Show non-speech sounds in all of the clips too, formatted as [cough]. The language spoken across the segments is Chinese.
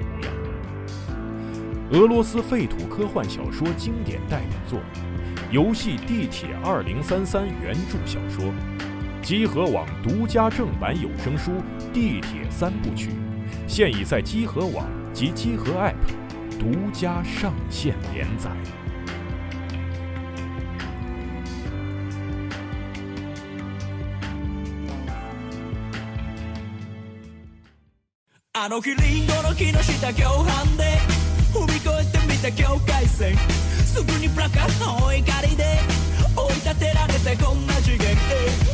模样。俄罗斯废土科幻小说经典代表作，游戏《地铁二零三三》原著小说，集合网独家正版有声书《地铁三部曲》，现已在集合网及集合 App 独家上线连载。あの日リンゴの木の下共犯で踏み越えてみた境界線すぐにプラカの追い借りで追い立てられてこんな次元え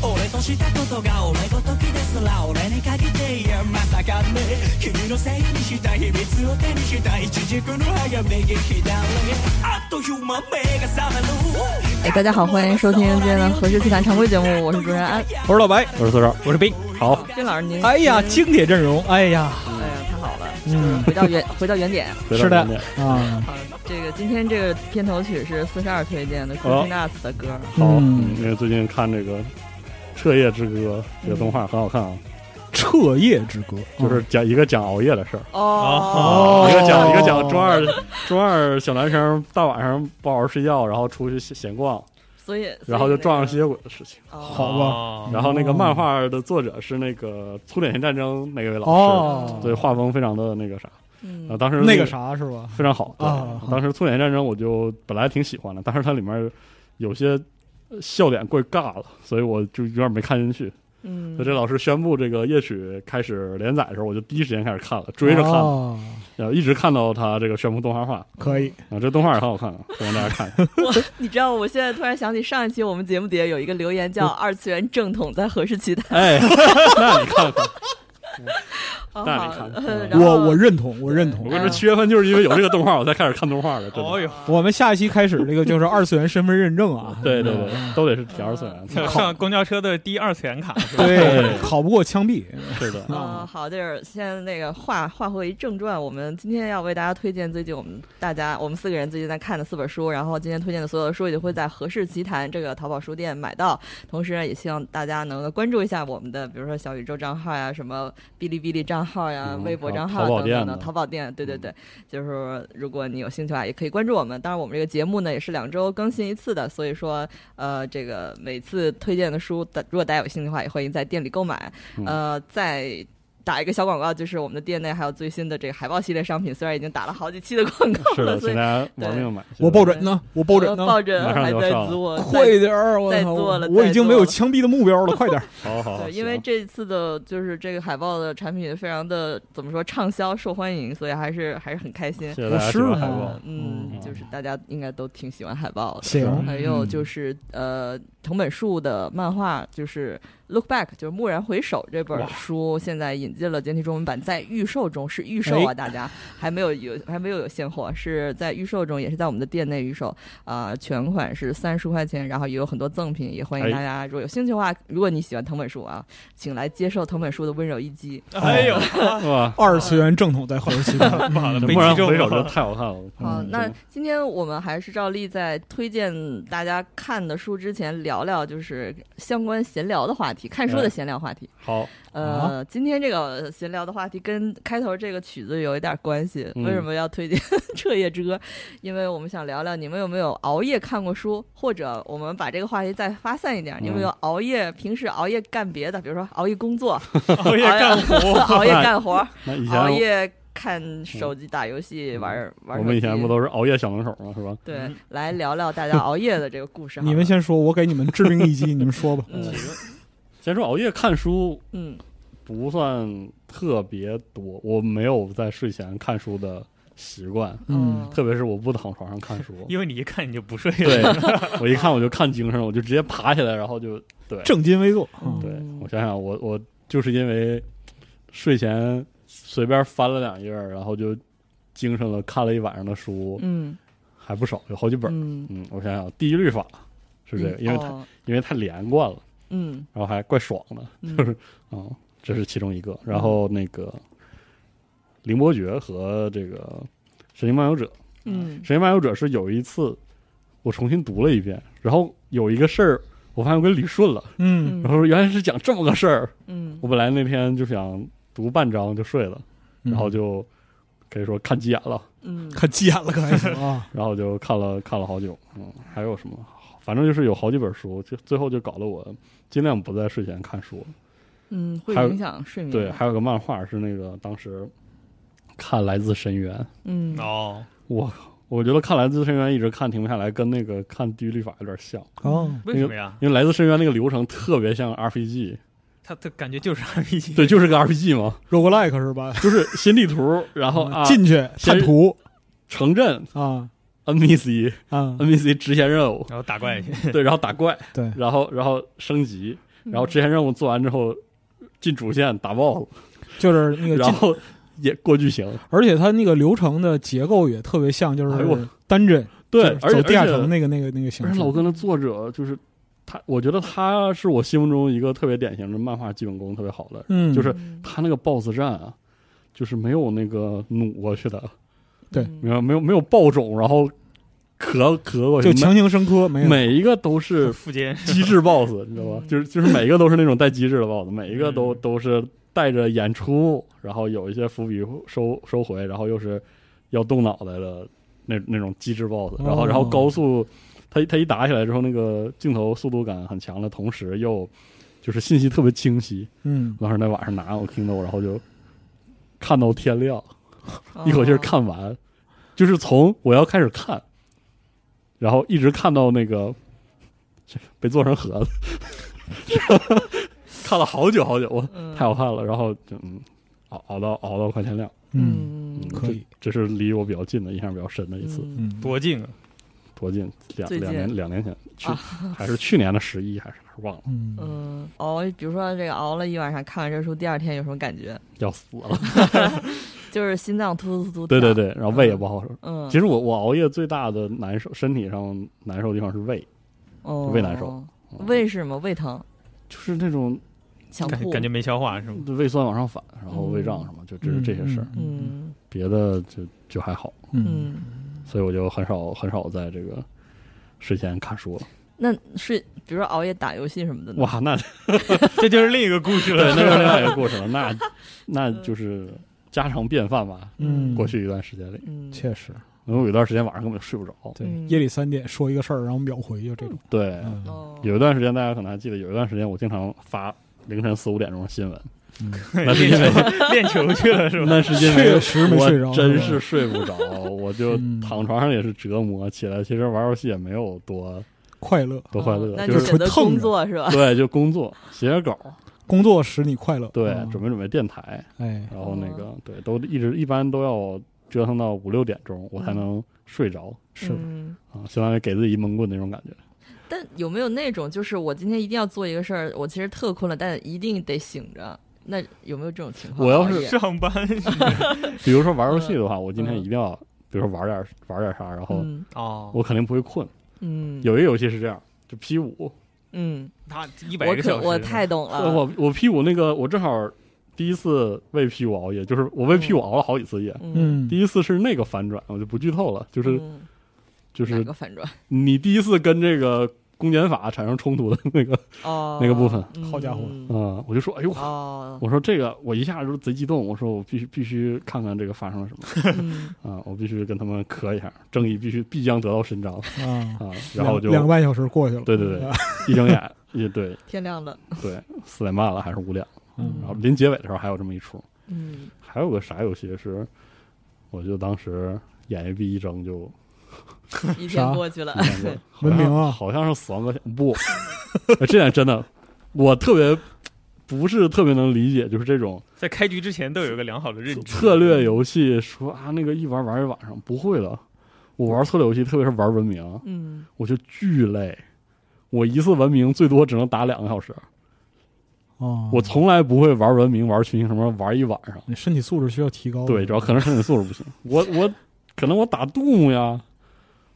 え俺としたことが俺ごときですら俺に限っていやまさかね君のせいにした秘密を手にした一軸の歯が右左あっという間目が覚める哎，大家好，欢迎收听今天的《何氏奇谈》常规节目，我是主持人安。我是老白，我是四少，我是冰。好，丁老师您，哎呀，您经典阵容，哎呀，哎呀，太好了，嗯回到原回到原点。回到是的原点啊，好，这个今天这个片头曲是四十二推荐的 c o 哦 o Nuts 的歌，好，嗯因为最近看这个《彻夜之歌》这个动画很好看啊，彻夜之歌就是讲一个讲熬夜的事儿，哦一个讲嗯哦一个讲中二中二小男生大晚上不好好睡觉，然后出去闲闲逛，所以然后就撞上去吸血鬼的事情。哦，好吧嗯然后那个漫画的作者是那个《粗点型战争》那位老哦师，，对，画风非常的那个啥，嗯啊，，当时那个啥是吧？非常好对啊当时《粗点型战争》我就本来挺喜欢的，但是它里面有些呃笑点过于尬了，所以我就有点没看进去。嗯那这老师宣布这个夜曲开始连载的时候，我就第一时间开始看了，追着看，哦然后一直看到他这个宣布动画化可以，啊，这动画也很好看啊，推荐大家 [laughs] 看。你知道我现在突然想起上一期我们节目底下有一个留言嗯叫“二次元正统在何氏奇谈哎， [laughs] 那你看看，”，好那好你看呃然后我我认同，我认我同跟。你说，七月份就是因为有这个动画，我才开始看动画的。真的，呦，我们下一期开始这个就是二次元身份认证啊， [laughs] 对对对，都得是第二次元。像靠上公交车的第二次元卡，对，考不过枪毙，是的，嗯、好，就是现在那个话话回正传，我们今天要为大家推荐最近我们大家我们四个人最近在看的四本书，然后今天推荐的所有的书也会在和氏奇谈这个淘宝书店买到。同时呢，也希望大家能够关注一下我们的，比如说小宇宙账号呀、什么哔哩哔哩账号呀、嗯微博还有账号淘宝等店嗯等的呢淘宝店。对对对，就是说如果你有兴趣的话，也可以关注我们。当然，我们这个节目呢也是两周更新一次的，所以说呃，这个每次推荐的书，大如果大家有兴趣的话，也欢迎在店里购买。嗯呃，再打一个小广告，就是我们的店内还有最新的这个海报系列商品，虽然已经打了好几期的广告是了，的，所请以大家玩命买。我抱枕呢，我抱抱枕呢，抱枕嗯马上还就在上了做，快一点儿，我再操做了我再已经做没有了枪毙的目 [laughs] 标了，快点儿。好好好，对，因为哦行这次的就是这个海报的产品非常的怎么说畅销受欢迎，所以还是还是很开心谢。谢大家我喜是欢海吗报。嗯，嗯就是大家应该都挺喜欢海报的。行，还有就嗯是呃，藤本树的漫画就是《Look Back》，就是《蓦然回首》这本哇书，现在引进了简体中文版，在预售中是预售啊，哎大家还没有有还没有有现货，是在预售中，也是在我们的店内预售啊、全款是三十块钱，然后也有很多赠品，也欢迎哎大家如果有兴趣的话，如果你喜欢藤本树啊，请来接受藤本树的温柔一击。哎呦，哦哇，二次元正统在何时期待？不好了，这被蓦然击中回首真了。太好看了。好，嗯那真的今天我们还是照例在推荐大家看的书之前，聊聊就是相关闲聊的话题，看书的哎闲聊话题。好，呃，今天这个闲聊的话题跟开头这个曲子有一点关系。嗯为什么要推荐《彻夜之歌》？因为我们想聊聊你们有没有熬夜看过书，或者我们把这个话题再发散一嗯点，你们有熬夜平时熬夜 [laughs] [laughs] 干别的，比如说熬夜工作、熬夜干活，熬夜干活、那以前嗯熬夜看手机、打游戏、玩玩手机。我们以前不都是熬夜小能手吗？是吧？对嗯来聊聊大家熬夜的这个故事好了？ [laughs] 你们先说，我给你们致命一击，你 [laughs] 们说吧。嗯先说熬夜看书嗯不算特别多，我没有在睡前看书的习惯，哦嗯，特别是我不躺床上看书。因为你一看你就不睡 [laughs] 对了。，我一看我就看精神了，我就直接爬起来，然后就对正襟危坐。嗯对嗯，我想想，我我就是因为睡前随便翻了两页儿，然后就精神了，看了一晚上的书，嗯还不少，有好几本儿。嗯，嗯，我想想，《地狱律法》是这个，因为它、哦因为它连贯了，嗯然后还怪爽的，嗯就是嗯，这是其中一个。然后那个《凌波诀》和这个《神经漫游者》，嗯 [laughs] 《神经漫游者》是有一次我重新读了一遍，然后有一个事儿，我发现我给捋顺了，嗯然嗯后原来是讲这么个事儿。嗯我本来那天就想读半章就睡了，嗯然后就可以说看急眼了，嗯可急眼了，可还行啊。然后就看了看了好久，嗯，还有什么？反正就是有好几本书，就最后就搞得我尽量不在睡前看书。嗯，会还有影响睡眠。对，还有个漫画是那个当时看《来自深渊》，嗯哦，我我觉得看《来自深渊》一直看停不下来，跟那个看《地狱律法》有点像，哦，为什么呀？因为《来自深渊》那个流程特别像 RPG，他他感觉就是 RPG。对，就是个 RPG [laughs] 嘛， roguelike 是吧？就是新地图，然后啊，进去探图城镇啊 NPC 啊， NPC 支线任务，然后打怪去，呃 [laughs] 对，然后打怪，对然后然后升级，嗯然后支线任务做完之后进主线打 BOSS，就是那个然进，后也过剧情，而且它那个流程的结构也特别像，就哎是呦单帧，对，就而是且走地下而且城那个那个那个形而且式。老哥的作者就是他，我觉得他是我心目中一个特别典型的漫画基本功特别好的人。嗯，就是嗯他那个 BOSS 战啊，就是没有那个弩过去的，对嗯没有没有没有爆种，然后咳咳过就去，强行生科没每有。每一个都是 [laughs] 附件机智 BOSS，你知道吧嗯？就是就是每一个都是那种带机智的 BOSS，每一个都嗯都是带着演出，然后有一些伏笔收收回，然后又是要动脑袋的那那种机智 BOSS，然后然后哦高速，他他一打起来之后，那个镜头速度感很强的同时又就是信息特别清晰。嗯，当时那晚上拿我 Kindle，然后就看到天亮，哦 [laughs] 一口气儿看完，就是从我要开始看，然后一直看到那个这被做成盒子， [laughs] 看了好久好久，我嗯太好看了，然后就嗯熬熬到熬到快天亮，嗯嗯嗯可以这这是离我比较近的印象比较深的一次，嗯嗯，多近啊！多近两最近两年两年前 [laughs] 去、啊还是去年的十一还是还是忘了，嗯，嗯熬，比如说这个熬了一晚上，看完这书，第二天有什么感觉？要死 [laughs] 了，就是心脏突突突。对对，对，然后胃也不好受。嗯，其实我我熬夜最大的难受，身体上难受的地方是胃，哦胃难受，胃是什么？胃疼，嗯就是那种想感吐，感觉没消化是吗？胃酸往上反，然后胃胀什么，就只是这些事儿，嗯嗯别的就就还好，嗯，嗯。所以我就很少很少在这个睡前看书了。那睡，比如说熬夜打游戏什么的呢，哇，那这就是另一个故事对，那了。是另 [laughs] 外一个故事了，那那嗯就是家常便饭吧。嗯过去一段时间里，嗯，确实，因为我有一段时间晚上根本就睡不着。对嗯，夜里三点说一个事儿，然后秒回，就这种。对，嗯，哦，有一段时间大家可能还记得，有一段时间我经常发凌晨四五点钟的新闻，[laughs] 练球练球去了是吧？那是因为嗯确实没睡着，我真吧是睡不着，我就嗯躺床上也是折磨。起来其实玩游戏也没有多快乐，多快乐，哦那就就是选择纯蹭工着作 [laughs] 是吧？对，就工作、写写稿，工作使你快乐。对，嗯准备准备电台，哎，哦然后那个对，都一直一般都要折腾到五六点钟，我才能睡着是嗯啊，相当于给自己一闷棍那种感觉。但有没有那种，就是我今天一定要做一个事儿，我其实特困了，但一定得醒着？那有没有这种情况？我要是熬夜上班比如说玩游戏的话，我今天嗯一定要，比如说玩点玩点啥，然后嗯 [laughs] 哦，我肯定不会困。嗯有一个游戏是这样，就 P 五，嗯，他一百我个可小时，我太懂 [laughs] 了，我我 P 五那个我正好第一次为 P 五熬夜，就是我为 P 五熬了好几次夜。嗯，嗯，第一次是那个反转，我就不剧透了，就就是就哪是个反转？你第一次跟这个公检法产生冲突的那个哦，那个部分嗯好家伙嗯啊、我就说，哎呦， [laughs] 哦，我说这个，我一下就贼激动，我说我必须必须看看这个发生了什么嗯啊、我必须跟他们磕一下，正义必须必将得到伸张啊、啊， [laughs] 然后我就两两啊个半小时过去了。对对对，一睁眼，也对天亮了，对，四点半了还是五点了，嗯然后临结尾的时候还有这么一出，嗯还有个啥游戏是我就当时眼一闭一睁 [laughs] 就一天过去了闭，上了文明啊好像是死亡搁浅，不， [laughs] 哎这点真的我特别不是特别能理解，就是这种在开局之前都有一个良好的认知策略游戏说啊那个一玩玩一晚上不会了，我玩策略游戏特别是玩文明，嗯，我就巨累，我一次文明最多只能打两个小时，哦，我从来不会玩文明玩群星什么玩一晚上。你身体素质需要提高。对，主要可能身体素质不行。我我可能我打杜牧呀，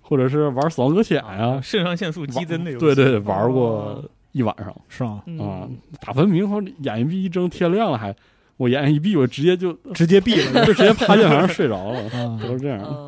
或者是玩死亡搁浅哎呀，啊肾上腺素激增的游戏，对对，对玩过一晚上是啊，嗯啊、打文明后眼一闭一睁天亮了还，我眼一闭我直接就直接毙了就直接趴键盘上睡着 [laughs] 了，啊。都是这样。哦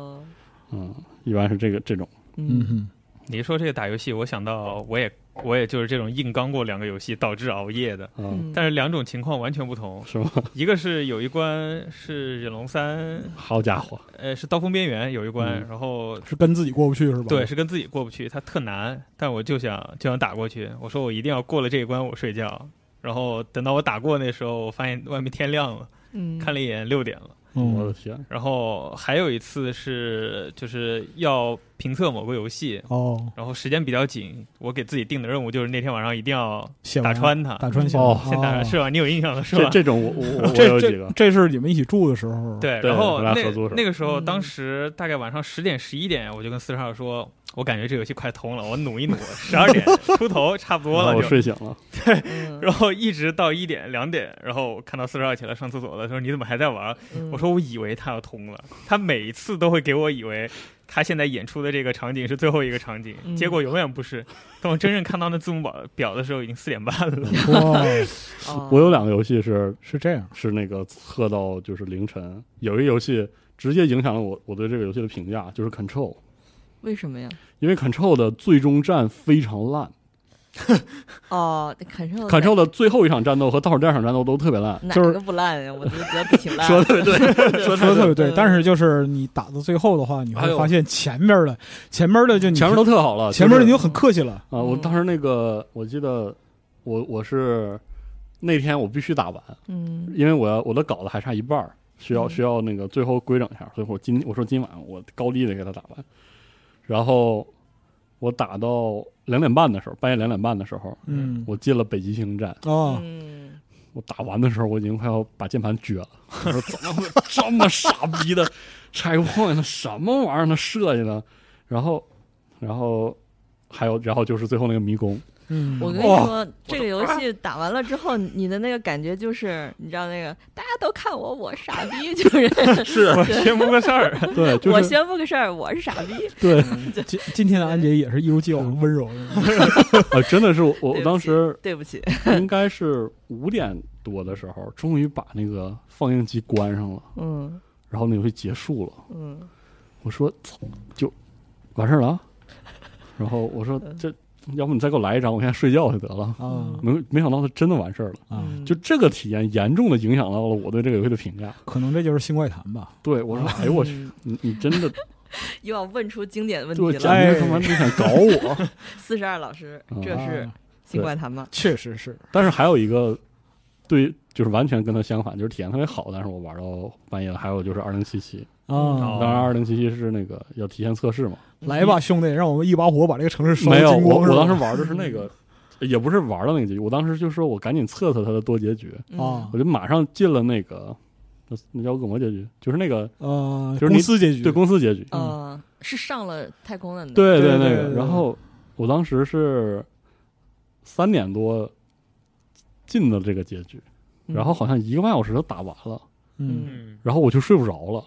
嗯，一般是这个这种，嗯嗯，哼，你说这个打游戏，我想到我也我也就是这种硬刚过两个游戏导致熬夜的，嗯，但是两种情况完全不同。是吗？ [laughs] 一个是有一关是忍龙三，好家伙，呃，是刀锋边缘有一关，然后是跟自己过不去是吧？对，是跟自己过不去，它特难，但我就想就想打过去。我说我一定要过了这一关我睡觉，然后等到我打过那时候，我发现外面天亮了，嗯看了一眼六点了。我的嗯，天，然后还有一次是就是要评测某个游戏，哦，然后时间比较紧，我给自己定的任务就是那天晚上一定要写打完穿它，打穿写哦先打完是吧？你有印象了是这吧？这种我 [laughs] 我我这有几这个，这是你们一起住的时候，，对，对然后我俩那合作是吧那个时候，嗯当时大概晚上十点十一点，我就跟四十二说，我感觉这游戏快通了，我努一努，十二 [laughs] 点出头差不多然后了我就。睡醒了，嗯然后一直到一点两点，然后看到四十二起来上厕所了，说你怎么还在玩？嗯我说我以为他要通了，他每一次都会给我以为他现在演出的这个场景是最后一个场景，嗯结果永远不是。等我真正看到那字母表表的时候，已经四点半了。 [laughs] 哇，哦我有两个游戏是是这样，是那个测到就是凌晨，有一个游戏直接影响了我我对这个游戏的评价，就是 Control。为什么呀？因为 Control 的最终战非常烂哦，砍嗯瘦，Control 的最后一场战斗和倒数第二场战斗都特别烂。哪就是个不烂呀？我觉得觉得挺烂。说的对，说的特别对嗯，但是就是你打到最后的话，你还有会发现前面的前面的就你前面都特好嗯了，前面就的是你就很客气了，啊，嗯我当时那个我记得我我是那天我必须打完，嗯因为我要我的稿子还差一半儿，需要嗯需要那个最后规整一下，所以我今我说今晚我高低得给他打完，然后我打到两点半的时候，半夜两点半的时候，嗯，我进了北极星站，啊，嗯，我打完的时候，我已经快要把键盘撅了。我说怎 [laughs] 么会有这么傻逼的 checkpoint 呢什么玩意儿呢？设计呢？然后，然后还有，然后就是最后那个迷宫，嗯，我跟你说，这个啊游戏打完了之后，你的那个感觉就是，你知道那个大家都看我，我傻逼，就是我宣布个事 [laughs] 儿，对， [laughs] 就我是宣布个事儿，我是傻逼。对， [laughs] 今今天的安杰也是一如既往的温柔，呃，真的是我，我对不当起时对不起，应该是五点多的时候，终于把那个放映机关上了，嗯然后那游戏结束了。嗯我说操就完事儿了啊，然后我说嗯这，要不你再给我来一张，我现在睡觉就得了。啊没没想到他真的完事儿了。啊，嗯就这个体验严重的影响到了我对这个游戏的评价。可能这就是新怪谈吧，对我说，哎呦我去，嗯你你真的又要问出经典 [laughs] 的问对我题简哎了。直他妈就想搞我。四十二老师，这是啊新怪谈吗？确实是，但是还有一个对，就是完全跟它相反，就是体验特别好，但是我玩到半夜了。还有就是二零七七，啊当然二零七七是那个要提前测试嘛，来吧，兄弟，让我们一把火把这个城市烧 [laughs] 没得有精我光！ [laughs] 我是吧当时玩的是那个，也不是玩到那个结局，我当时就说我赶紧测测它的多结局，嗯啊我就马上进了那个。那那叫恶魔结局，就是那个呃，就是你公司结局对公司结局，嗯，呃，是上了太空的，，对对那对个。对然后我当时是三点多进的这个结局，然后好像一个半小时就打完了，嗯嗯，然后我就睡不着了，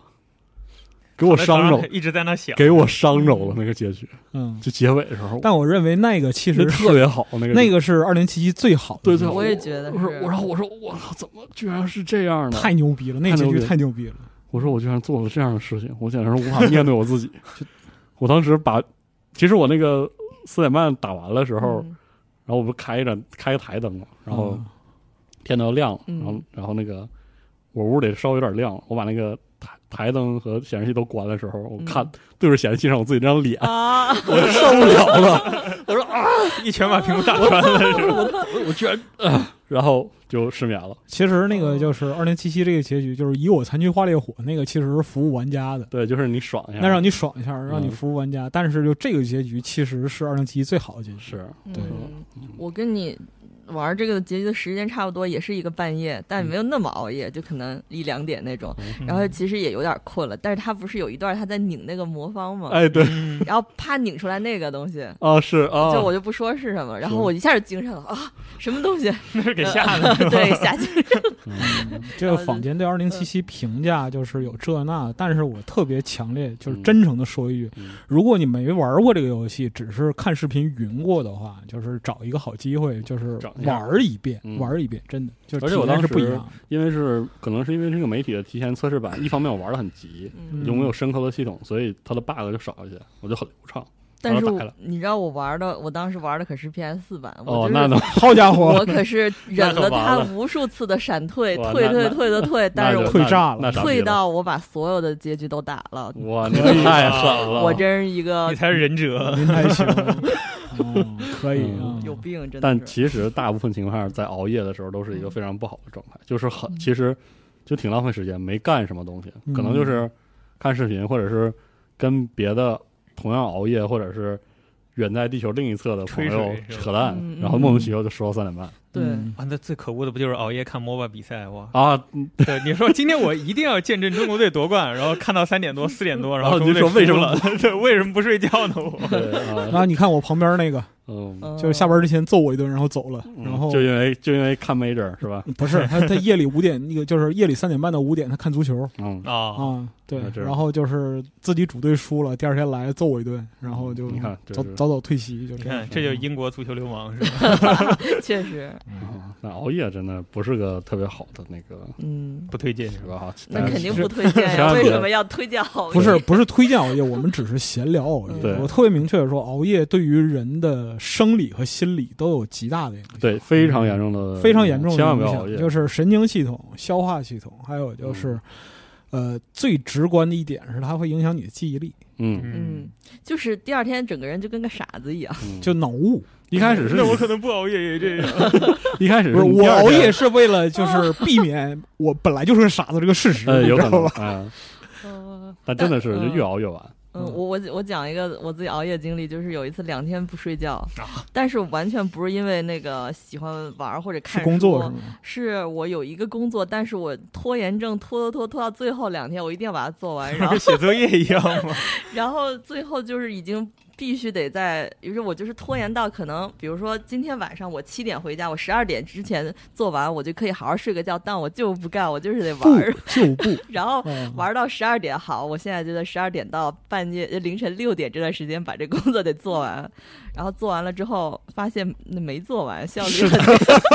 给我伤着，一直在那想，给我伤着了那个结局，嗯，就结尾的时候，但我认为那个其那实特是别好那个那个是二零七七最好的，对最好，嗯我也觉得我是嗯说我然后我说我操，怎么居然是这样的？太牛逼了，那太结牛逼局了太牛逼了，我说我居然做了这样的事情，我简直是无法面对我自己。我当时把，其实我那个四点半打完的时候，嗯然后我不开着开个台灯嘛，然后啊天都要亮了，嗯然后然后那个我屋里稍微有点亮了，我把那个台台灯和显示器都关的时候，我嗯看对着显示器上我自己那张脸，啊，我受不了了，一拳把屏幕打穿了，是吧？我居然，啊然后就失眠了。其实那个就是二零七七这个结局，就是以我残躯化烈火那个，其实是服务玩家的，对，就是你爽一下，那让你爽一下，让嗯你服务玩家。但是就这个结局，其实是二零七七最好的结局。是对嗯，我跟你玩这个结局的时间差不多，也是一个半夜，但没有那么熬夜，就可能一两点那嗯种。然后其实也有点困了，但是他不是有一段他在拧那个魔方吗？哎，对嗯然后啪拧出来那个东西。啊，是啊，就我就不说是什么，然后我一下就精神了啊，什么 [laughs] 东西？呃那是给吓的，对，吓精神。这个坊嗯间对二零七七评价就是有这那，但是我特别强烈，就是嗯真诚的说一句嗯，如果你没玩过这个游戏，只是看视频云过的话，就是找一个好机会，就是找一下玩儿一遍，嗯玩儿一遍，真的，就而且我体验是当时不一样的。因为是可能是因为这个媒体的提前测试版，一方面我玩的很急，嗯就没有深刻的系统，所以它的 bug 就少一些，我就很流畅。但是我打我开了你知道我玩的，我当时玩的可是 PS 四版，我哦，就那是能好家伙，我可是忍了那可完他了无数次的闪退，哇退退那那退的退，但是那我就退炸了那那傻逼退到我把所有的结局都打了， [laughs] 哇，你这太狠哦了！我真是一个你才是忍者。您太行了，嗯可以啊嗯，有病，真但的是。嗯其实大部分情况下，在熬夜的时候都是一个非常不好的状态，就是很其实就挺浪费时间，没干什么东西，嗯可能就是看视频，或者是跟别的同样熬夜，或者是远在地球另一侧的朋友吹水是吧扯淡嗯嗯，然后莫名其妙就说到三点半对，嗯啊，那最可恶的不就是熬夜看 MOBA 比赛哇？啊， [laughs] 对，你说今天我一定要见证中国队夺冠，然后看到三点多、四点多，然后哦中国队你说为输什么了？ [laughs] 对，为什么不睡觉呢？我对然啊，后你看我旁边那个，嗯，嗯就是下班之前揍我一顿，然后走了，嗯然后就因为就因为看 major [laughs] 是吧？不是他，他夜里五点那个就是夜里三点半到五点，他看足球嗯，啊，啊，对那，这然后就是自己主队输了，第二天来揍我一顿，然后就你看这早是早早退席，就你这样看，。这就是英国足球流氓是吧？确实，啊那熬夜真的不是个特别好的那个，嗯，不推荐是是吧？吧？呃那但肯定是不推荐千呀，万别为什么要推荐熬夜？啊不是不是推荐熬夜，我们只是闲聊熬夜对。我特别明确的说，熬夜对于人的生理和心理都有极大的影响。对，非常严重的，嗯非常严重的千万不影要响熬夜，就是神经系统、消化系统，还有就是，呃，最直观的一点是它会影响你的记忆力，嗯，嗯，就是第二天整个人就跟个傻子一样。嗯就脑雾。一开始是那我你可能不熬夜也这样。一开始不是你我第二熬天夜，是为了就是避免我本来就是个傻子这个事 [laughs] 实，呃，你有知可道能吧？啊，嗯，但真的是就嗯越熬越晚，嗯，嗯我我我讲一个我自己熬夜经历，就是有一次两天不睡觉，但是完全不是因为那个喜欢玩儿或者看啊是工作书是吗？是我有一个工作，但是我拖延症拖拖拖拖到最后两天，我一定要把它做 [laughs] 完。然后跟写作业一样吗？然后最后就是已经必须得在，于是我就是拖延到可能，比如说今天晚上我七点回家，我十二点之前做完，我就可以好好睡个觉。但我就不干，我就是得玩不 [laughs] 儿，就不然后嗯玩到十二点。好，我现在就在十二点到半夜呃凌晨六点这段时间把这工作得做完。然后做完了之后，发现那没做完，效率很 [laughs]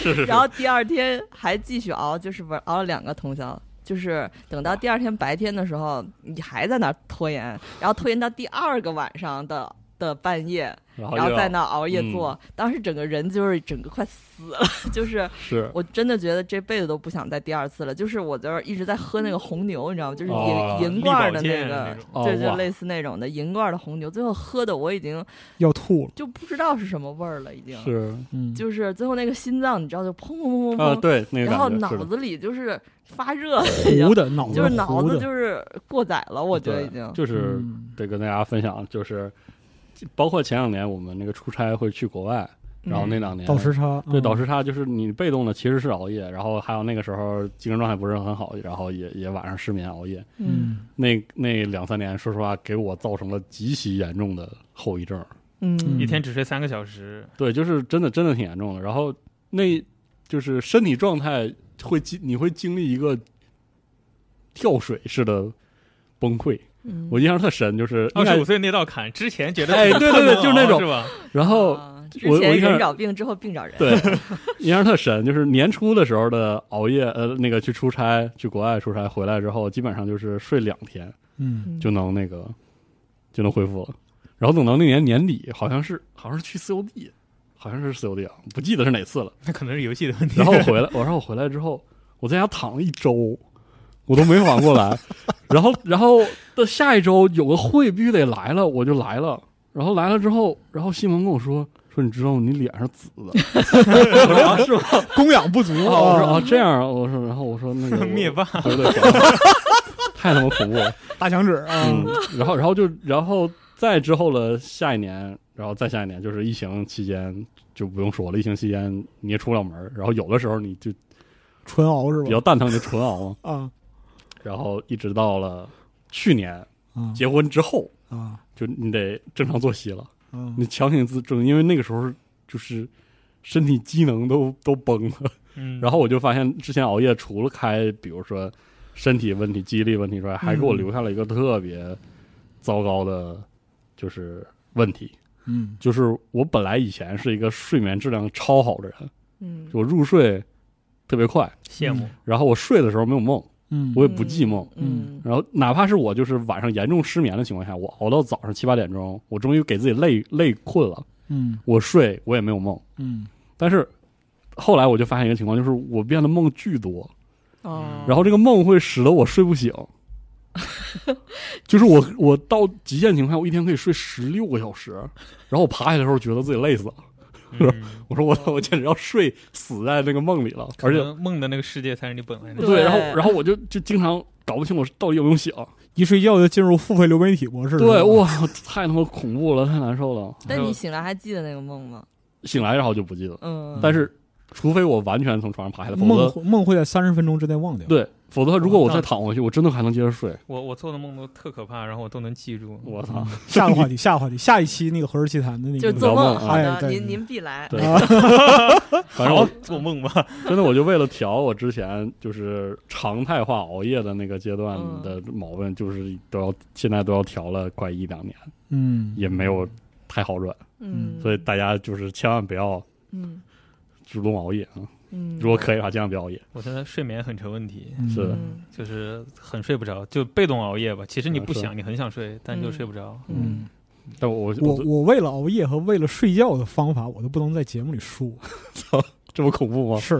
是是然后第二天还继续熬，就是玩熬了两个通宵。就是等到第二天白天的时候，你还在那儿拖延，然后拖延到第二个晚上的的半夜，然然后又在那儿熬嗯夜做。当时整个人就是整个快死了， [laughs] 就是是我真的觉得这辈子都不想再第二次了。就是我就是一直在喝那个红牛，你知道吗？就是银、哦银力罐儿保的健个，种哦对，就哇类似那种的银罐儿的红牛，最后喝的我已经要吐了，就不知道是什么味儿了，已经。是嗯，就是最后那个心脏，你知道就砰砰砰砰啊，砰，对那个然后感觉脑是的，子里就是发热，糊的脑子，就是脑糊子的就是过载了，我觉得对已经。就是嗯得跟大家分享，就是包括前两年我们那个出差会去国外，然后那两年倒时差，对，嗯倒时差就是你被动的其实是熬夜，然后还有那个时候精神状态不是很好，然后也也晚上失眠熬夜，嗯嗯，那那两三年说实话给我造成了极其严重的后遗症，嗯一天只睡三个小时，对，就是真的真的挺严重的。然后那就是身体状态会经你会经历一个跳水式的崩溃，嗯，我印象特深，就是 [laughs] 啊二应该十五岁那道坎之前觉得哎对对对不可能就是那种是吧？然后啊之我我前一开人始找病，之后病找人。对 [laughs] 印象特深，就是年初的时候的熬夜，呃，那个去出差去国外出差回来之后，基本上就是睡两天嗯，就能那个就能恢复了。然后等到那年年底，好像是好像是去 COD，好像是 COD 啊，不记得是哪次了。 [laughs] 那可能是游戏的问题。然后我回来，我让我回来之后，我在家躺了一周，我都没缓过来。然后，然后到下一周有个会必须得来了，我就来了。然后来了之后，然后西蒙跟我说说，你知道吗？你脸上紫的，我说啊是吗？供氧不足啊，哦我说啊这样啊，我说，然后我说那个我 [laughs] [laughs] 灭霸对对，对太他妈恐怖了。大响指啊，嗯，然后然后就然后再之后了，下一年，然后再下一年，就是疫情期间就不用说了，疫情期间你也出不了门儿，然后有的时候你就纯熬是吧比较？蛋疼，你就纯熬嘛，啊然后一直到了去年啊结婚之后，啊就你得正常作息了，啊！你强行自正，因为那个时候就是身体机能都都崩了，嗯，然后我就发现之前熬夜除了开，比如说身体问题、记忆力问题之外，还给我嗯留下了一个特别糟糕的，就是问题。嗯就是我本来以前是一个睡眠质量超好的人，嗯我入睡特别快，羡慕，然后嗯我睡的时候没有梦，嗯，我也不记梦。嗯然后哪怕是我就是晚上严重失眠的情况下，我熬到早上七八点钟，我终于给自己累累困了，嗯我睡我也没有梦。嗯但是后来我就发现一个情况，就是我变得梦巨多，哦，然后这个梦会使得我睡不醒，就是我我到极限情况下，我一天可以睡十六个小时，然后我爬起来的时候觉得自己累死了。嗯我说我我简直要睡死在那个梦里了，而可且能梦的那个世界才是你本来的。对然后然后我就就经常搞不清我到底有没有醒，一睡觉就进入付费流媒体模式，对，是吧哇，太他妈恐怖了，太难受了。但你醒来还记得那个梦吗？醒来然后就不记得，嗯，但是除非我完全从床上爬下来，否梦则会梦会在三十分钟之内忘掉。对，否则如果我再躺回去，我真的还能接着睡。我我做的梦都特可怕，然后我都能记住。我嗯，操，下个话 [laughs] 题，下个话题，下一期那个何氏奇谈的那就个做聊梦好哎的，对您对您必来。 [laughs] 对，啊反正我做梦吧，真的我就为了调我之前就是常态化熬夜的那个阶段嗯的毛病，就是都要现在都要调了快一两年，嗯，也没有太好转，嗯，所以大家就是千万不要嗯主动熬夜啊。嗯，如果可以的话，尽量不要熬夜。我现在睡眠很成问题，嗯是的嗯就是很睡不着，就被动熬夜吧。其实你啊不是想，你很想睡，但你就睡不着。嗯嗯，但我我我我为了熬夜和为了睡觉的方法，我都不能在节目里说，这么恐怖吗？是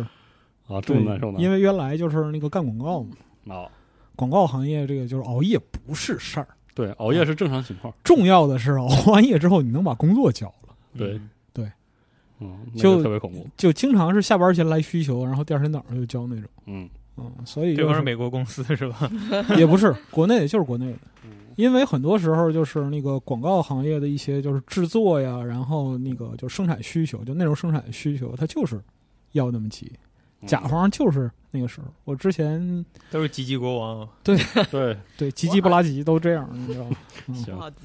啊，这对么难受呢？因为为原来就是那个干广告嘛，啊，广告行业这个就是熬夜不是事儿，对，熬夜是正常情况。重要的是熬完夜之后你能把工作交了，对嗯，嗯，那就个特别恐怖。就经常是下班前来需求，然后第二天早上就交那种。嗯，嗯，所以对就方是是美国公司是吧？也不是国内，就是国内的，嗯因为很多时候就是那个广告行业的一些就是制作呀，然后那个就生产需求，就内容生产需求，它就是要那么急，嗯甲方就是那个时候。我之前都是吉吉国王，对，对吉吉不拉吉都这样，你知道吗？行不，好急，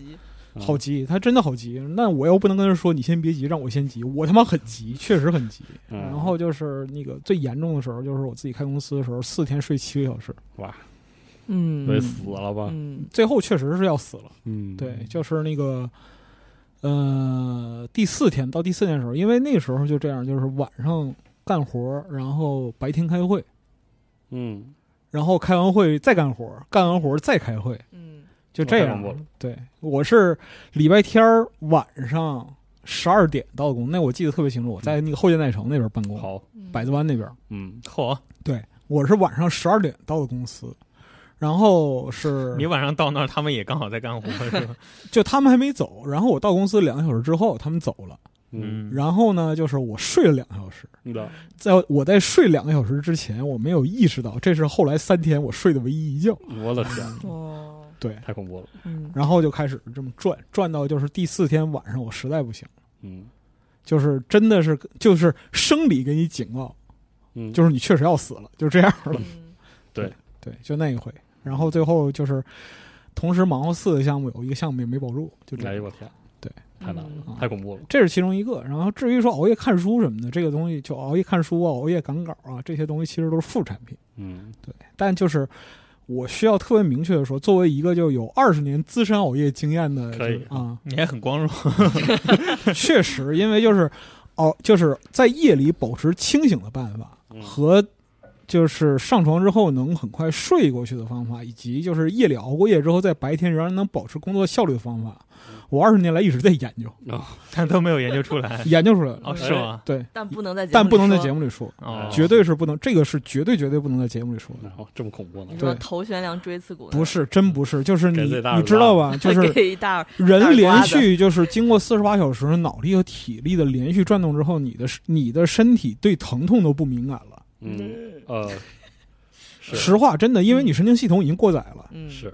嗯好急，他真的好急。那我又不能跟他说你先别急，让我先急，我他妈很急，确实很急。嗯然后就是那个最严重的时候，就是我自己开公司的时候，四天睡七个小时，嗯，对死了吧？嗯最后确实是要死了。嗯，对，就是那个，呃，第四天到第四天的时候，因为那时候就这样，就是晚上干活，然后白天开会，嗯，然后开完会再干活，干完活再开会，嗯就这太恐样怖了。对，我是礼拜天儿晚上十二点到的工，那我记得特别清楚，我在那个后现代城那边办公，嗯好，嗯，百子湾那边。嗯，嚯！对，我是晚上十二点到的公司，然后是你晚上到那儿，他们也刚好在干活是吧？就他们还没走，然后我到公司两个小时之后，他们走了。嗯，嗯，、然后呢，就是我睡了两个小时，你的在我在睡两个小时之前，我没有意识到，这是后来三天我睡的唯一一觉。我的天，哦，对，太恐怖了。嗯然后就开始这么转，转到就是第四天晚上，我实在不行，嗯就是真的是就是生理给你警告，嗯，就是你确实要死了，就这样了。嗯对，就那一回，然后最后就是同时忙活四个项目，有一个项目也没保住，就这哎呦样我。天，对，太难了，嗯太恐怖了。这是其中一个，然后至于说熬夜看书什么的，这个东西就熬夜看书啊、熬夜赶稿啊，这些东西其实都是副产品。嗯，对，但就是我需要特别明确的说，作为一个就有二十年资深熬夜经验的，可以就是啊你还很光荣， [laughs] 确实，因为就是熬，就是在夜里保持清醒的办法嗯和。就是上床之后能很快嗯睡过去的方法，以及就是夜里熬过夜之后，在白天仍然能保持工作效率的方法，我二十年来一直在研 [laughs] 究，。但都没有研究出来研究出来了，哦，是吗？对，但不能在节目但不能在里说节目里说，哎哦，绝对是不能，这个是绝对绝对不能在节目里说的。嗯然后这么恐怖呢你？说对头悬梁锥刺股那不是，真不是，就是你嗯给自己大耳你知道 [laughs] 吧？就种，[laughs] 是给一大耳人连续就是经过四十八小时脑力和体力的连续转动之后，你的你的身体对疼痛都不敏感了。嗯，呃，是实话，真的，因为你神经系统已经过载了。嗯，是，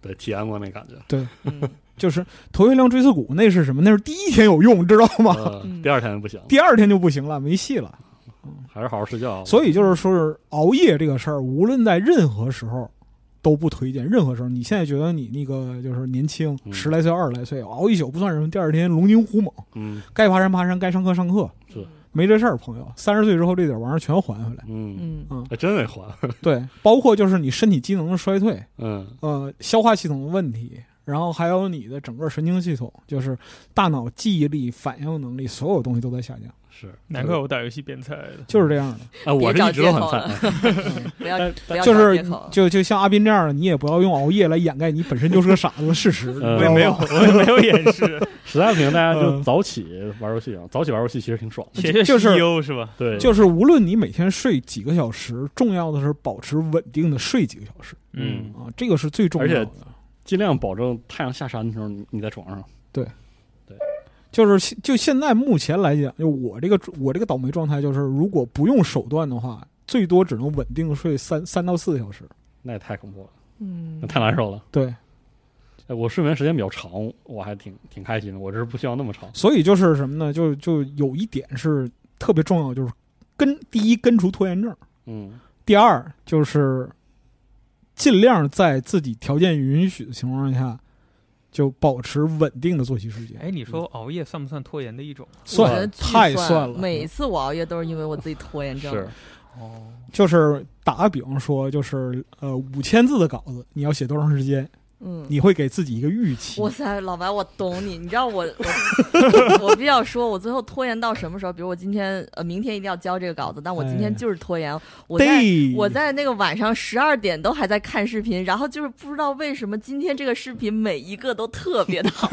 对，体验过那感觉。嗯，就是头悬梁锥刺股，那是什么？那是第一天有用，知道吗？呃嗯第二天不行， [laughs] 第二天就不行了，没戏了。还是好好睡觉。所以就是说是熬夜这个事儿，无论在任何时候都不推荐。任何时候，你现在觉得你那个就是年轻，嗯十来岁、二十来岁，熬一宿不算什么，第二天龙精虎猛，嗯该爬山爬山，该上课上课，是嗯没这事儿，朋友。三十岁之后这点玩意儿全还 [laughs] 回来。嗯，嗯嗯，还真得还。对，包括就是你身体机能的衰退，嗯呃，消化系统的问题，然后还有你的整个神经系统，就是大脑记忆力、反应能力，所有东西都在下降，是，难怪我打游戏变菜了。就是这样的。哎，我别这找一直都借很口了菜。不要但不要就找是借口就就像阿斌这样的，你也不要用熬夜来掩盖你本身就是个傻子的事实，你知道我也吗呃没没有，我也没有掩饰，实在不行，大家就嗯早起玩游戏啊，早起玩游戏其实挺爽的。学学就是 CEO 是吧？对，就是无论你每天睡几个小时，重要的是保持稳定的睡几个小时嗯嗯，啊，这个是最重要而的且。尽量保证太阳下山的时候你你在床上。就是现就现在目前来讲，就我这个我这个倒霉状态，就是如果不用手段的话，最多只能稳定睡三三到四个小时。那也太恐怖了，嗯那，太难受了。对，哎，我睡眠时间比较长，我还挺挺开心的。我这是不需要那么 [laughs] 长。所以就是什么呢？就就有一点是特别重要，就是根第一根除拖延症，嗯第二就是尽量在自己条件允许的情况下，就保持稳定的作息时间。嗯哎，你说熬夜算不算拖延的一种？啊我觉得算巨太算了，每次我熬夜都是因为我自己拖延症，是，哦，，就是打个比方说，就是呃五千字的稿子，你要写多长时间？嗯。你会给自己一个预期。哇塞，老白，我懂你。你知 [laughs] 道我我我必须要说，我最后拖延到什么时候？比如我今天呃，明天一定要交这个稿子，但我今天就是拖延。我在哎对，我在那个晚上十二点都还在看视频，然后就是不知道为什么今天这个视频每一个都特别的好。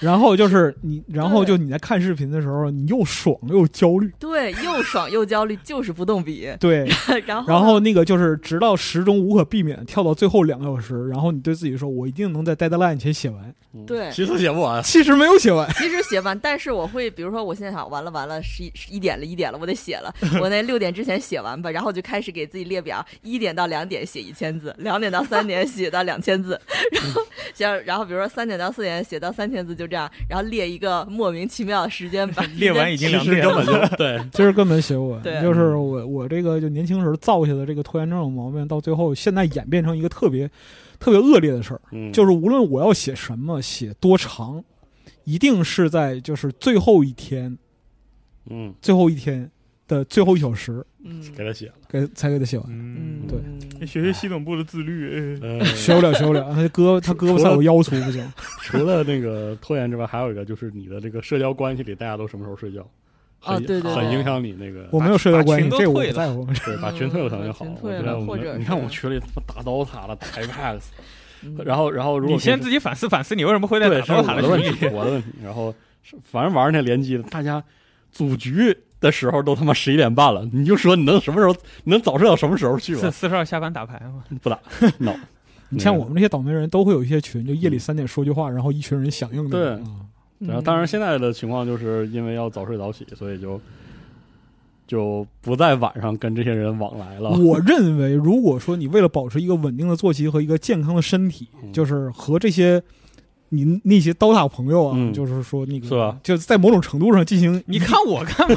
然后就是你，然后对就你在看视频的时候，你又爽又焦虑， [laughs] 对，又爽又焦虑，就是不动笔。 [laughs] 对。然后然后那个就是直到时钟无可避免地跳到最后两个小时，然后你对自己说，我一定能在 deadline 前写完。嗯对其实写不完。其实没有写完，其实写完，但是我会，比如说我现在想，完了完了，十一十一点了，一点了，我得写了，我那六点之前写完吧，然后我就开始给自己列表，一点到两点写一千字，两点到三点写到两千字，然后像然后比如说三点到四点写到三千字，就这样，然后列一个莫名其妙的时间吧列完已经两其实点根本了，就对，其实根本写不完。对就是我我这个就年轻时候造下的这个拖延症的毛病，到最后现在演变成一个特别特别恶劣的事儿，嗯就是无论我要写什么，写多长，一定是在就是最后一天，嗯，最后一天的最后一小时嗯给他写了。给才给他写完。嗯嗯，对学学系统部的自律，哎呃学不了，学不了，他胳膊他胳膊再有腰粗不行。 [laughs] 除了那个拖延之外，还有一个就是你的这个社交关系里，大家都什么时候睡觉，很啊对对很对影响你那个。我没有社交关系， [laughs] 把群都这我退不了在乎。对，把嗯群退了可能就好把群我退觉了得我或者们你看是我群里他妈打 DOTA 了，打 [laughs] Apex，嗯然后然后如果你先平时自己反思反思，你为什么会在打对，是刀我塔的的问群题，里？我的问题。然后是反正玩那联机的，大家组局的时候都他妈十一点半了，你就说你能什么时候你能早睡到什么时候去 [laughs] 四吧？四十二下班打牌吗？不打，no。你嗯像我们这些倒霉人都会有一些群，就夜里三点说句话，然后一群人响应的。对嗯然后，当然现在的情况就是因为要早睡早起，所以就就不在晚上跟这些人往来了。我认为，如果说你为了保持一个稳定的作息和一个健康的身体，嗯就是和这些你那些刀塔朋友啊，嗯就是说那个是吧，就在某种程度上进行你看我干嘛？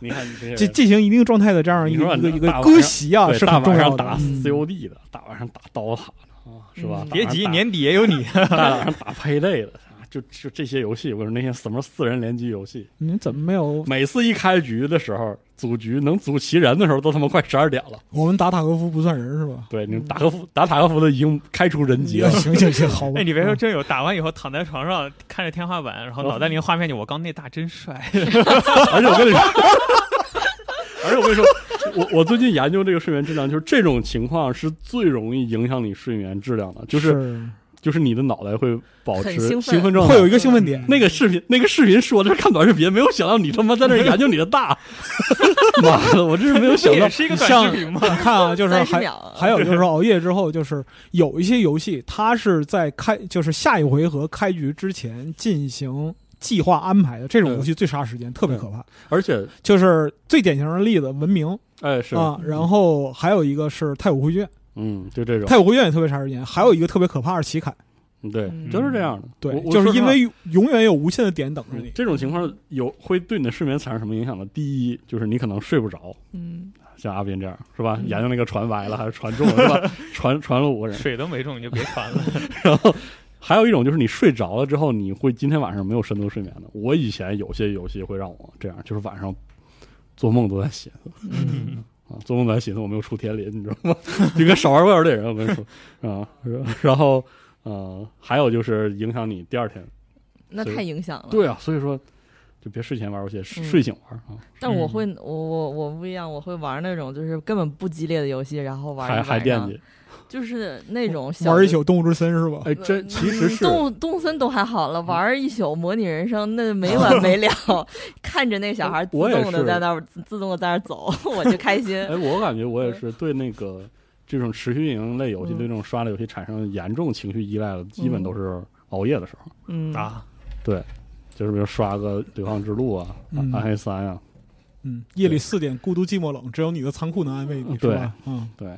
你看这些人进进行一定状态的这样一你个说一个你一个大晚上割席啊，对是大很重晚要上的。打嗯 COD 的，大晚上打刀塔的啊，是吧嗯？大别晚上急，打年底也 [laughs] 有你。大晚上打配对的。啊就就这些游戏，我跟你说那些什么四人联机游戏，你怎么没有？每次一开局的时候，组局能组齐人的时候，都他妈快十二点了。我们打塔科夫不算人是吧？。对，你们打科夫打塔科夫的已经开除人籍了行行行，好吧。 [laughs] 哎，你别说，嗯，真有，打完以后躺在床上看着天花板，然后脑袋里的画面就我刚那大真帅， [laughs] 而且我跟你说，而且我跟你说，我我最近研究这个睡眠质量，就是这种情况是最容易影响你睡眠质量的，就是是就是你的脑袋会保持很兴奋奋状态会。有一个兴奋点。那个视频，那个视频说的是看短视频，没有想到你他妈在那儿研究你的大，妈的，我真是没有想到 [laughs] 也。是一个短视频嘛，你看啊，就是30还秒还有就是 [laughs] 熬夜之后，就是有一些游戏，它是在开就是下一回合开局之前进行计划安排的，这种对游戏最杀时间，特别可怕。而且，就是最典型的例子，《文明》哎，是，啊，然后还有一个是《太古回卷》，嗯，就这《种，太古回卷》也特别杀时间，还有一个特别可怕的《奇凯》，对，嗯就是这样的。对我，我就是说实因话为永远有无限的点等着嗯你。这种情况有会对你的睡眠产生什么影响呢？第一就是你可能睡不着，嗯，像阿斌这样是吧？研究那个船歪了还是船中了是 [laughs] 吧？船船了五个人，水都没中你就别传了。 [laughs] 然后还有一种就是你睡着了之后，你会今天晚上没有深度睡眠的。我以前有些游戏会让我这样，就是晚上做梦都在写嗯 [laughs] 啊，做梦都在写，我没有出天林，你知道吗？ [laughs] 你跟少玩 Web 的人，我跟你说啊，然后呃，还有就是影响你第二天。那太影响了。对啊，所以说就别睡前玩游戏，睡嗯睡醒玩啊。但我会，我我我不一样，我会玩那种就是根本不激烈的游戏，然后玩一还晚还惦上记，就是那种小玩一的宿《动物之森》是吧？哎，真其实是呃嗯动物动森都还好了，玩儿一宿模拟人生那没 [laughs] 完没了， [laughs] 看着那小孩自我也动的是在那儿自自动的在那儿走， [laughs] 我就开心。 [laughs] 哎，我感觉我也是对那个这种持续运营类游戏，嗯对这种刷的游戏产生严重情绪依赖的，基本嗯都是熬夜的时候，嗯，啊，就是比如刷个《流浪之路》啊，嗯暗黑三》啊，嗯，夜里四点，孤独寂寞冷，只有你的仓库能安慰你，是对吧？嗯，对，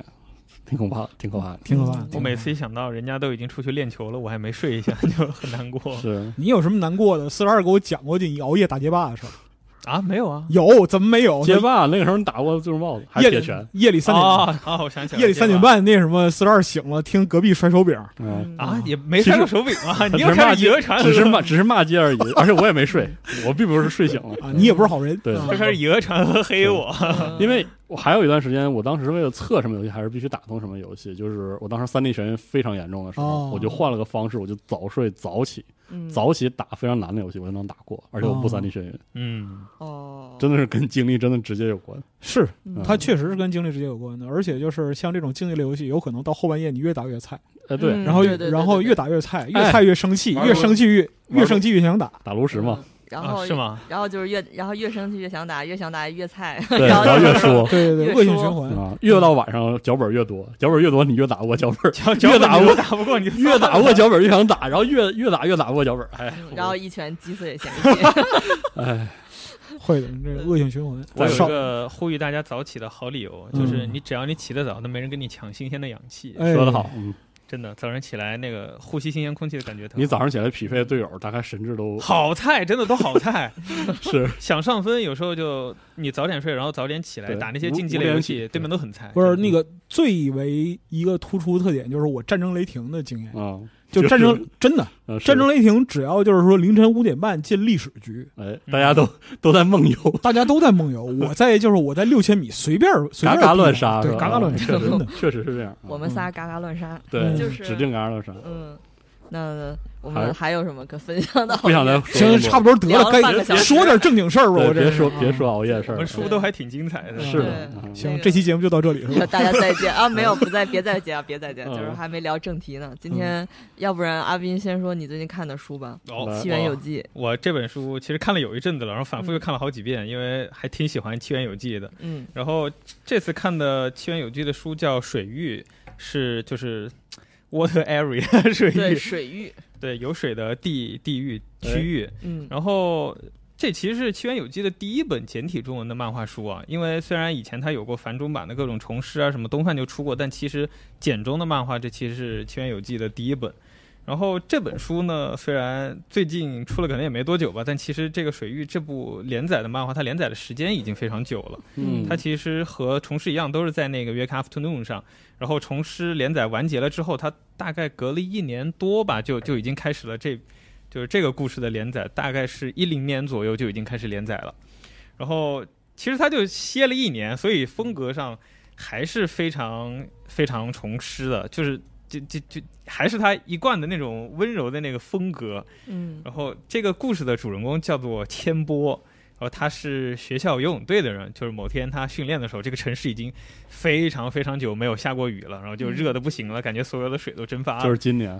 挺可怕，挺可怕的。挺可怕的。嗯我每次一想到人家都已经出去练球了，我还没睡一下 [laughs] 就很难嗯过是你有什么难过的？四十二给我讲过你熬夜打街霸的事儿，啊。没有啊，有怎么没有？街霸那个时候你打过最终 BOSS，还夜是里铁拳，夜里三点、啊啊，我想起来了，夜里三点半那什么四十二醒了，听隔壁摔手柄，嗯，啊，也没摔过手柄啊，你只又是骂开始以街讹传，讹，只是骂，只是骂街而已，而且我也没睡，我并不是睡醒了啊，你也不是好人。对啊又开始以讹传讹黑我。嗯因为我还有一段时间，我当时为了测什么游戏，还是必须打通什么游戏。就是我当时三 D 眩晕非常严重的时候，哦我就换了个方式，我就早睡早起，嗯早起打非常难的游戏，我就能打过，而且我不哦三 D 眩晕，嗯，哦，真的是跟经历真的直接有关。是嗯它确实是跟精力直接有关的，而且就是像这种竞技类游戏，有可能到后半夜你越打越菜，哎，对，嗯然后对对对然后对对哎越打越菜，越菜越生气，玩越生气越玩越生气越想 [laughs] 打。打炉石嘛，嗯，然后啊是？吗？然后就是越然后越生气越想打，越想打越菜，对，然后嗯就越是输。对对越对，恶性说循环。啊，越到晚上脚本越多，脚本越多，你越打不过脚本，越越打打不过过打不过你 [laughs] 就越打不过脚本越想打，然后越越打越打不过脚本，哎， [laughs] 然后一拳击碎嫌疑 [laughs] 人。哎，会的，这个恶性循环。我有一少个呼吁大家早起的好理由，嗯就是你只要你起得早，那没人跟你抢新鲜的氧气。哎说得好，嗯，真的，早上起来那个呼吸新鲜空气的感觉特好。你早上起来匹配队友，大概神智都好菜，真的都好菜。是想上分，有时候就你早点睡，然后早点起来对打那些竞技类游戏，对面都很菜。不是真的那个最为一个突出特点，就是我战争雷霆的经验，啊，就就是战争真的呃是战争雷霆，只要就是说凌晨五点半进历史局，哎，大家都都在梦游， [laughs] 大家都在梦 [laughs] 游，我在就是我在六千米随便随嘎便嘎乱地杀，对，是吧嘎嘎乱杀，确真实的。确实是这样。我们仨嘎嘎乱杀，对，就是嗯指定嘎啊嘎乱杀，嗯，那我还们还有什么可分享的？不想再说 [laughs] 行，了。差不多得了，聊了半个小该时说点正经事儿吧。对我这别是说啊别说熬夜的事我儿了，们书都还挺精彩的。是的对，嗯那行，个这期节目就到这里是 [laughs] 吧？大家再见嗯啊！没有，不再别再见啊，别再见，就是嗯还没聊正题呢。嗯今天要不然阿斌先说你最近看的书吧，哦《来七元有我记》。我这本书其实看了有一阵子了，然后反复又看了好几遍，因为还挺喜欢《七元有记》的。嗯然后这次看的《七元有记》的书叫《水域》，是就是 water area [laughs] 水，对，域，水域，对有水的地地域区域。 [laughs] 嗯然后这其实是《七元有记》的第一本简体中文的漫画书啊，因为虽然以前它有过繁中版的各种重师啊，什么东贩就出过，但其实简中的漫画这其实是《七元有记》的第一本。然后这本书呢，虽然最近出了，可能也没多久吧，但其实这个《水域》这部连载的漫画，它连载的时间已经非常久了。嗯，它其实和《虫师》一样，都是在那个《月刊 Afternoon》上。然后《虫师》连载完结了之后，它大概隔了一年多吧，就就已经开始了这，就是这个故事的连载，大概是一零年左右就已经开始连载了。然后其实它就歇了一年，所以风格上还是非常非常虫师的，就是就就就还是他一贯的那种温柔的那个风格。嗯然后这个故事的主人公叫做千波，然后他是学校游泳队的人，就是某天他训练的时候，这个城市已经非常非常久没有下过雨了，然后就热的不行了，感觉所有的水都蒸发了。就是今年，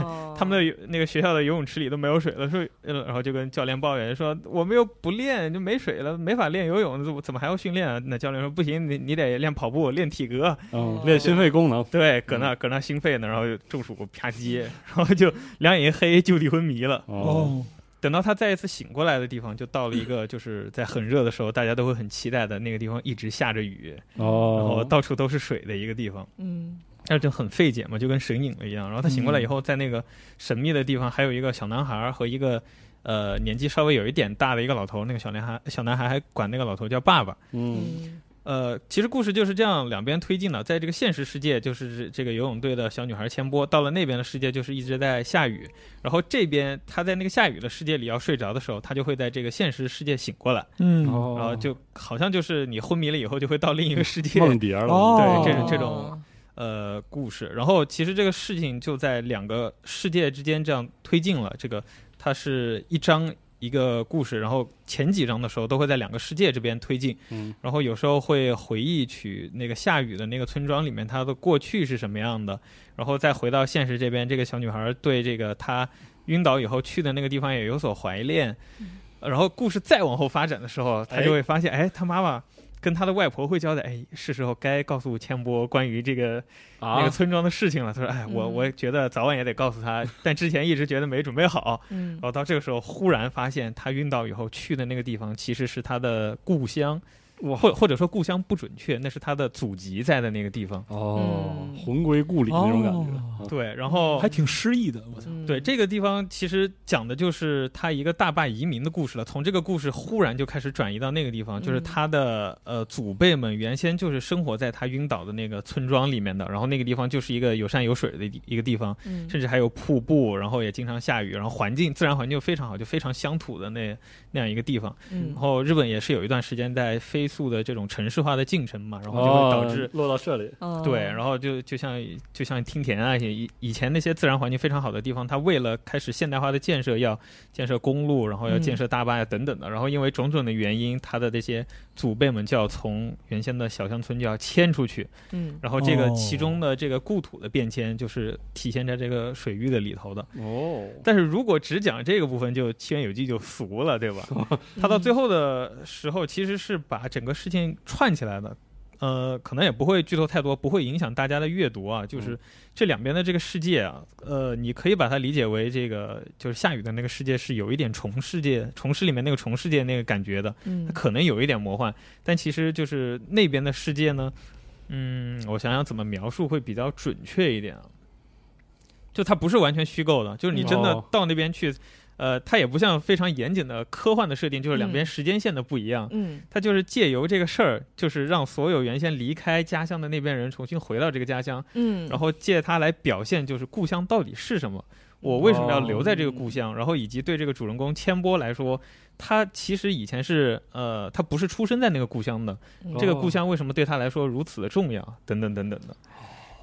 哦他们的游那个学校的游泳池里都没有水了，说，呃然后就跟教练抱怨说，我们又不练，就没水了，没法练游泳，怎么怎么还要训练啊？那教练说不行，你你得练跑步，练体格，嗯哦，练心肺功能，对，搁那搁那心肺呢，然后就中暑啪叽， [laughs] 然后就两眼一黑，就地昏迷了。哦，哦，等到他再一次醒过来的地方，就到了一个就是在很热的时候，大家都会很期待的那个地方，一直下着雨，然后哦，到处都是水的一个地方。嗯那就很费解嘛，就跟神隐了一样。然后他醒过来以后，在那个神秘的地方，还有一个小男孩儿和一个呃年纪稍微有一点大的一个老头儿。那个小男孩，小男孩还管那个老头叫爸爸。嗯，嗯呃，其实故事就是这样两边推进的。在这个现实世界，就是这这个游泳队的小女孩千波；到了那边的世界，就是一直在下雨。然后这边她在那个下雨的世界里要睡着的时候，她就会在这个现实世界醒过来，嗯，哦，然后就好像就是你昏迷了以后就会到另一个世界。梦蝶了，嗯哦嗯对，这种这种呃故事。然后其实这个事情就在两个世界之间这样推进了。这个它是一章一个故事，然后前几章的时候都会在两个世界这边推进，嗯然后有时候会回忆起那个下雨的那个村庄里面它的过去是什么样的，然后再回到现实这边，这个小女孩对这个她晕倒以后去的那个地方也有所怀恋。然后故事再往后发展的时候，她就会发现，哎，她妈妈跟她的外婆会交代，哎，是时候该告诉千波关于这个那啊个，村庄的事情了。他说：“哎，我嗯我觉得早晚也得告诉他，但之前一直觉得没准备好。嗯然后到这个时候，忽然发现他晕倒以后去的那个地方其实是他的故乡，或或者说故乡不准确，那是他的祖籍在的那个地方。哦嗯，魂归故里那种感觉，对，然后还挺诗意的，我操，嗯对这个地方其实讲的就是他一个大坝移民的故事了。从这个故事忽然就开始转移到那个地方，就是嗯他的呃祖辈们原先就是生活在他晕倒的那个村庄里面的，然后那个地方就是一个有山有水的一一个地方。”嗯甚至还有瀑布，然后也经常下雨，然后环境自然环境非常好，就非常乡土的那那样一个地方。嗯然后日本也是有一段时间在飞速的这种城市化的进程嘛，然后就会哦，导致、落到这里，哦对，然后就就像就像听田啊，以以前那些自然环境非常好的地方，它为了开始现代化的建设，要建设公路，然后要嗯建设大坝呀等等的，然后因为种种的原因，它的这些祖辈们就要从原先的小乡村就要迁出去，嗯然后这个哦其中的这个故土的变迁，就是体现在这个水域的里头的。哦，但是如果只讲这个部分，就《七元有纪》就俗了，对吧？他到最后的时候，其实是把整个事情串起来的。呃，可能也不会剧透太多，不会影响大家的阅读啊。就是这两边的这个世界啊，呃，你可以把它理解为这个就是下雨的那个世界是有一点虫世界、虫世里面那个虫世界那个感觉的。嗯它可能有一点魔幻，但其实就是那边的世界呢，嗯，我想想怎么描述会比较准确一点啊。就它不是完全虚构的，就是你真的哦到那边去，呃，它也不像非常严谨的科幻的设定，就是两边嗯时间线的不一样，嗯它就是借由这个事儿，就是让所有原先离开家乡的那边人重新回到这个家乡，嗯，然后借它来表现就是故乡到底是什么，哦我为什么要留在这个故乡，然后以及对这个主人公千波来说，他其实以前是呃，他不是出生在那个故乡的，嗯这个故乡为什么对他来说如此的重要，等等等等的。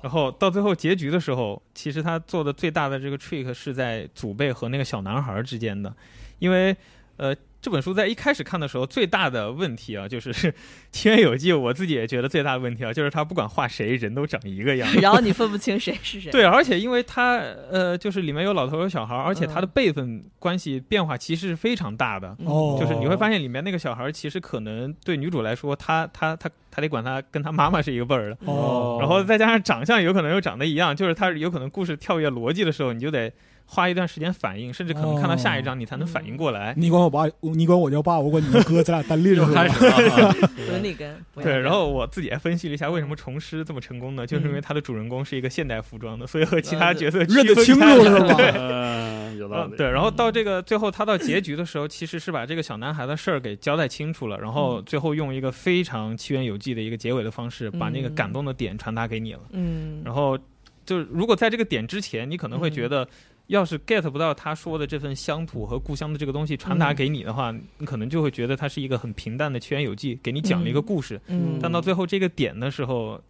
然后到最后结局的时候，其实他做的最大的这个 trick 是在祖辈和那个小男孩之间的，因为呃。这本书在一开始看的时候，最大的问题啊，就是 [laughs] 《七缘有记》，我自己也觉得最大的问题啊，就是他不管画谁，人都长一个样。然后你分不清谁是谁，对，而且因为他呃，就是里面有老头有小孩儿，而且他的嗯辈分关系变化其实是非常大的。嗯哦，就是你会发现里面那个小孩儿，其实可能对女主来说，她她她她得管她跟她妈妈是一个辈儿的，哦，然后再加上长相有可能又长得一样，就是她有可能故事跳跃逻辑的时候，你就得花一段时间反应，甚至可能看到下一章你才能反应过来。你管我爸，你管我叫爸，我管你叫哥，咱俩单立又着 [laughs] 开吧。始 [laughs] 了，伦理根不要这对，样然后我自己还分析了一下为什么虫师这么成功呢？就是因为他的主人公是一个现代服装的，所以和其他角色区认得分清楚开来是 [laughs] 吧？嗯，有道嗯，理，对，然后到这个最后，他到结局的时候，其实是把这个小男孩的事儿给交代清楚了，然嗯后最后用一个非常奇缘有记的一个结尾的方式，把那个嗯感动的点传达给你了。嗯，然后，就是如果在这个点之前，你可能会觉得，要是 get 不到他说的这份乡土和故乡的这个东西传嗯达给你的话，你可能就会觉得它是一个很平淡的奇缘有记，给你讲了一个故事。嗯，但到最后这个点的时候，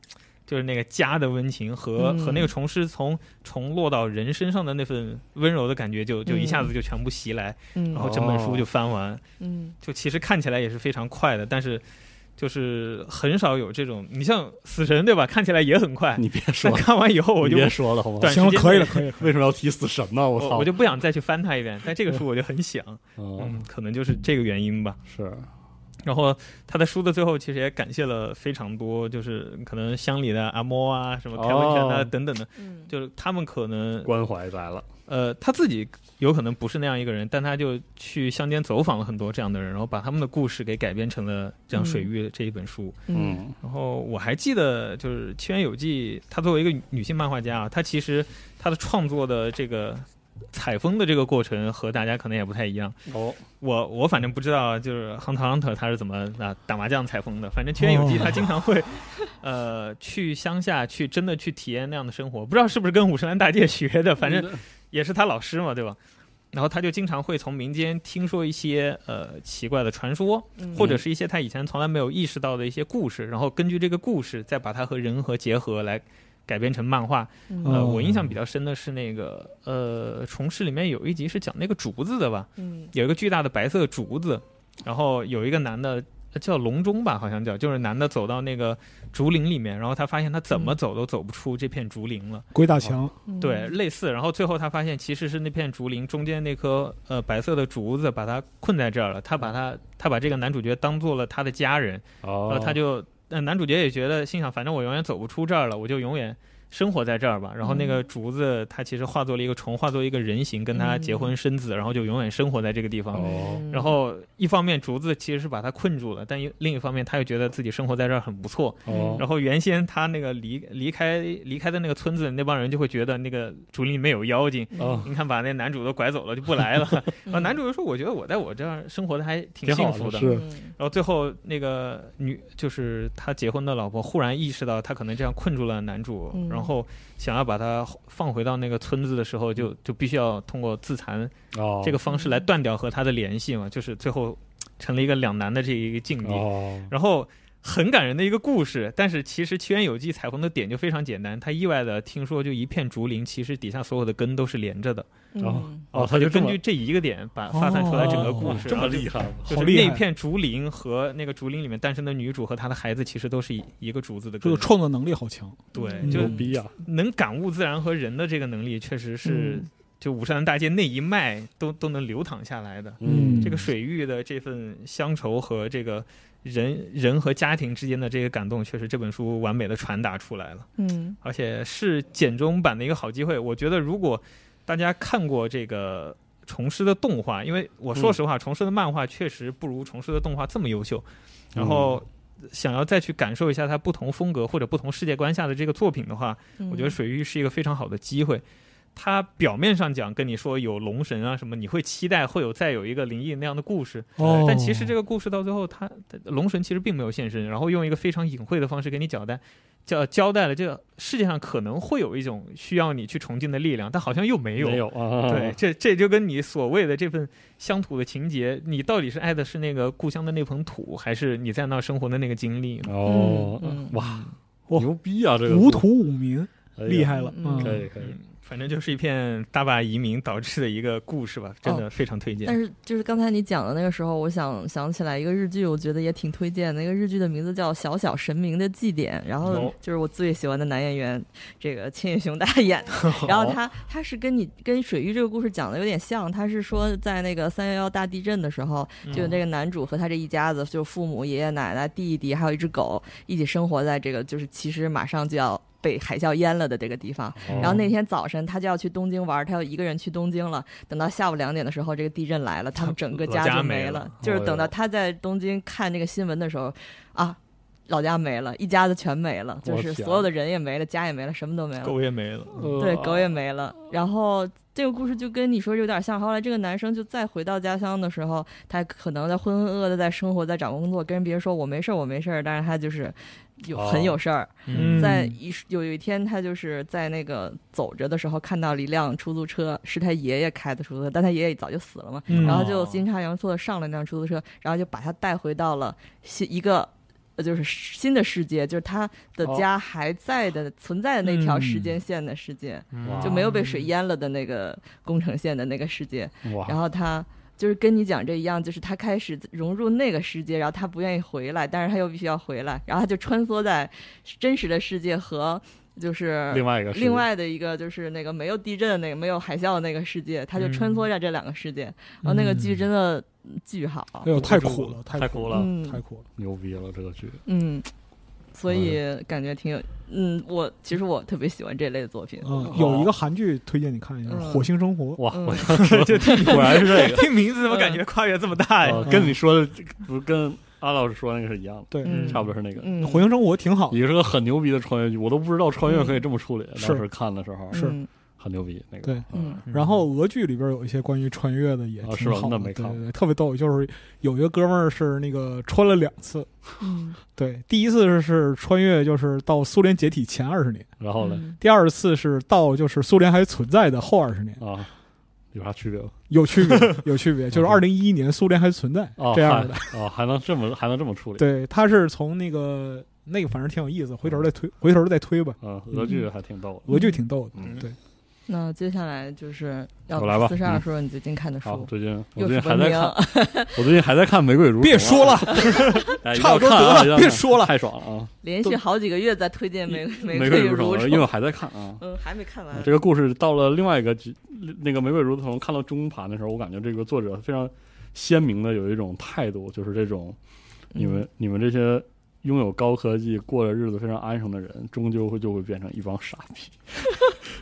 就是那个家的温情和、嗯和那个虫师从虫落到人身上的那份温柔的感觉就，就一下子就全部袭来，嗯然后整本哦书就翻完。嗯就其实看起来也是非常快的，但是就是很少有这种。你像死神对吧？看起来也很快，你别说但了，看完以后我你就别说了，好吗短？行时了，间可以内了，可以了。为什么要提死神呢？我我操！我就不想再去翻它一遍。但这个书我就很想，嗯，嗯，可能就是这个原因吧。是然后他的书的最后其实也感谢了非常多，就是可能乡里的阿嬷啊，什么哦开温泉啊等等的，嗯，就是他们可能关怀来了，呃他自己有可能不是那样一个人，但他就去乡间走访了很多这样的人，然后把他们的故事给改编成了这样水域这一本书。嗯嗯然后我还记得，就是《七缘游记》，她作为一个女性漫画家啊，她其实她的创作的这个采风的这个过程和大家可能也不太一样。哦，我我反正不知道，就是《Hunter x Hunter》他是怎么啊打麻将采风的。反正《七缘游记》他经常会、呃去乡下去真的去体验那样的生活，不知道是不是跟五十岚大介学的，反正也是他老师嘛，对吧？然后他就经常会从民间听说一些呃奇怪的传说，嗯或者是一些他以前从来没有意识到的一些故事，然后根据这个故事再把它和人和结合来改编成漫画。嗯呃，哦我印象比较深的是那个呃，《虫师》里面有一集是讲那个竹子的吧，嗯有一个巨大的白色竹子，然后有一个男的。呃叫笼中吧，好像叫，就是男的走到那个竹林里面，然后他发现他怎么走都走不出这片竹林了。鬼打墙，嗯对，类似。然后最后他发现其实是那片竹林中间那棵呃白色的竹子把他困在这儿了。他把他他把这个男主角当做了他的家人，然哦后，他就呃男主角也觉得心想，反正我永远走不出这儿了，我就永远。生活在这儿吧，然后那个竹子，它其实化作了一个虫，化作一个人形，跟他结婚生子，然后就永远生活在这个地方。哦，嗯然后一方面竹子其实是把他困住了，但一另一方面他又觉得自己生活在这儿很不错，哦，然后原先他那个离离开离开的那个村子，那帮人就会觉得那个竹林里面有妖精。哦你看，把那男主都拐走了，就不来了。 [laughs] 嗯然后呃男主就说：“我觉得我在我这儿生活的还挺挺好幸的福的。是嗯然后最后那个女，就是他结婚的老婆，忽然意识到他可能这样困住了男主，嗯然后想要把他放回到那个村子的时候，就就必须要通过自残哦，这个方式来断掉和他的联系嘛，就是最后成了一个两难的这一个境地。哦，然后很感人的一个故事，但是其实《奇缘游记》采风的点就非常简单，他意外的听说就一片竹林，其实底下所有的根都是连着的，然后嗯哦，他他就这根么哦据这一个点把 [laughs] 发散出来整个故事，这么然后就厉害吗，就哦好是厉害那片竹林和那个竹林里面诞生的女主和她的孩子，其实都是一一个竹子的这根个，创作能力好强。对，嗯 [laughs] 就牛逼啊！能感悟自然和人的这个能力，确实是嗯就武山大街那一脉都都能流淌下来的。嗯这个水域的这份乡愁和这个人人和家庭之间的这个感动，确实这本书完美的传达出来了，嗯而且是简中版的一个好机会。我觉得如果大家看过这个虫师的动画，因为我说实话，虫师的漫画确实不如虫师的动画这么优秀，然后。想要再去感受一下它不同风格或者不同世界观下的这个作品的话，嗯我觉得水域是一个非常好的机会。它表面上讲跟你说有龙神啊什么，你会期待会有再有一个灵异那样的故事，哦，但其实这个故事到最后，它它龙神其实并没有现身，然后用一个非常隐晦的方式给你交代，交交代了这个世界上可能会有一种需要你去崇敬的力量，但好像又没有。没有啊，对，这这就跟你所谓的这份乡土的情节，你到底是爱的是那个故乡的那捧土，还是你在那儿生活的那个经历呢？哦嗯嗯，哇，哇牛逼啊！这个无土五民哎呀厉，害了，嗯可嗯，以可以嗯，反正就是一片大坝移民导致的一个故事吧，真的非常推荐。但是就是刚才你讲的那个时候，我想想起来一个日剧，我觉得也挺推荐的。那个日剧的名字叫《小小神明的祭典》，然后哦就是我最喜欢的男演员，这个千叶雄大演的。然后他他是跟你跟水玉这个故事讲的有点像，他是说在那个三幺幺大地震的时候，嗯就那个男主和他这一家子，就父母、爷爷奶奶、弟弟，还有一只狗，一起生活在这个就是其实马上就要被海啸淹了的这个地方。哦然后那天早晨他就要去东京玩，他要一个人去东京了。等到下午两点的时候，这个地震来了，他们整个老家就没没了就是等哎到呦他在东京看这个新闻的时候，啊，老家没了，一家子全没了，就我是天所有的人也没了，家也没了，什么都没了。狗也没了，对，狗也没了。然后这个故事就跟你说有点像。后来这个男生就再回到家乡的时候，他可能在浑浑噩噩的在生活，在找工作，跟别人说我没事儿，我没事儿，但是他就是有哦很有事儿。嗯在一有有一天，他就是在那个走着的时候，看到了一辆出租车，是他爷爷开的出租车，但他爷爷早就死了嘛。嗯然后就阴差阳错的上了那辆出租车，然后就把他带回到了西一个。呃就是新的世界，就是他的家还在的、存在的那条时间线的世界，哇就嗯没有被水淹了的那个宫城县的那个世界。然嗯哇，后他就是跟你讲这一样，就是他开始融入那个世界，然后他不愿意回来，但是他又必须要回来，然后他就穿梭在真实的世界和就是另外一个是另外的一个就是那个没有地震的那个没有海啸的那个世界，他就穿梭在这两个世界，然后那个剧真的巨好，哎呦，太苦了，太太苦苦了，嗯太苦了。牛逼了这个剧，嗯，所以感觉挺有，嗯，我其实我特别喜欢这类的作品，嗯，有一个韩剧推荐你看一下，嗯《火星生活》。哇，嗯哦我就果然是这 [laughs] 个，听名字怎么感觉跨越这么大呀？呃跟你说的不是跟阿老师说那个是一样的，对，嗯差不多是那个。嗯，火星生活》挺好的，也是个很牛逼的穿越剧，我都不知道穿越可以这么处理。是当时看的时候是嗯很牛逼，那个对嗯然后俄剧里边有一些关于穿越的也啊是挺吧好的，那没对看对对，特别逗。就是有一个哥们儿是那个穿了两次，嗯对，第一次是穿越就是到苏联解体前二十年，嗯然后呢第二次是到就是苏联还存在的后二十年，啊，有啥区别吗？有区 [laughs] 别，有区别，就是二零一一年苏联还存在哦，这样的。还哦，还能这么还能这么处理？，对，他是从那个那个反正挺有意思，回头再推，回头再推吧。嗯，俄剧还挺逗的。俄剧挺逗的，嗯对，那接下来就是要我来吧四十二嗯说你最近看的好，书，最近我又最是近还文在明，看，我最近还在看《玫瑰如》。别说了， [laughs] [laughs] 哎，差不多一定要看得啊了，一定要别看说了太爽了啊！ [laughs] 连续好几个月在推荐玫《玫瑰瑰如如》因为我还在看啊。嗯，还没看完。这个故事到了另外一个集那个《玫瑰如》从看到中盘的时候，我感觉这个作者非常鲜明的有一种态度，就是这种你们你们这些拥有高科技、过着日子非常安生的人，终究会就会变成一帮傻逼。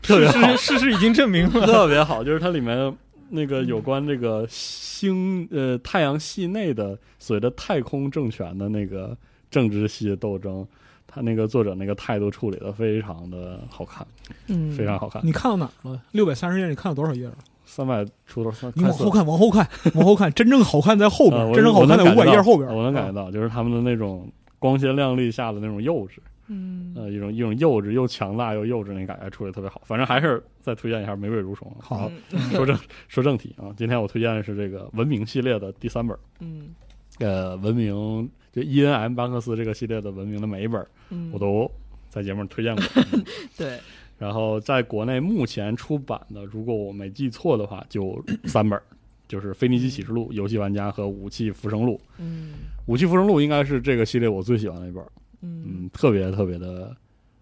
特别好事，事事实已经证明了。 [laughs] 特别好，就是它里面那个有关这个星呃太阳系内的所谓的太空政权的那个政治系斗争，他那个作者那个态度处理的非常的好看，嗯，非常好看。你看到哪儿了？六百三十页，你看到多少页了？三百出头，三你往后看看，往后看， [laughs] 往后看，真正好看在后边呃，儿，我真正好看在我能五百感觉页到后边儿。我能感觉到，就是他们的那种光鲜亮丽下的那种幼稚，嗯，呃，一种一种幼稚又强大又幼稚那感觉处理得特别好。反正还是再推荐一下《玫瑰如虫》。好然后说正说正题啊，今天我推荐的是这个《文明》系列的第三本。嗯呃，文明就 E N M 巴克斯这个系列的文明的每一本儿，嗯，我都在节目上推荐过。对，然后在国内目前出版的，如果我没记错的话，就三本儿，就是《腓尼基启示录》《游戏玩家》和《武器浮生录》。《嗯武器浮生录》应该是这个系列我最喜欢的一本儿，嗯嗯，特别特别的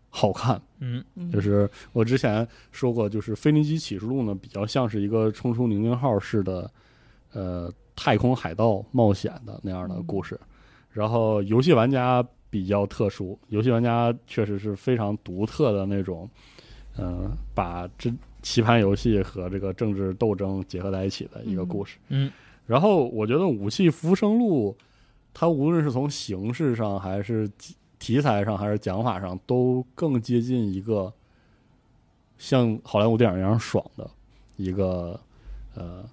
好看。嗯，嗯，就是我之前说过，就是《腓尼基启示录》呢，比较像是一个冲出宁宁号式的，呃，太空海盗冒险的那样的故事。然后游戏玩家比较特殊，游戏玩家确实是非常独特的那种，嗯、把这棋盘游戏和这个政治斗争结合在一起的一个故事。嗯嗯然后我觉得《武器浮生录》，它无论是从形式上还是题材上还是讲法上，都更接近一个像好莱坞电影一样爽的一个呃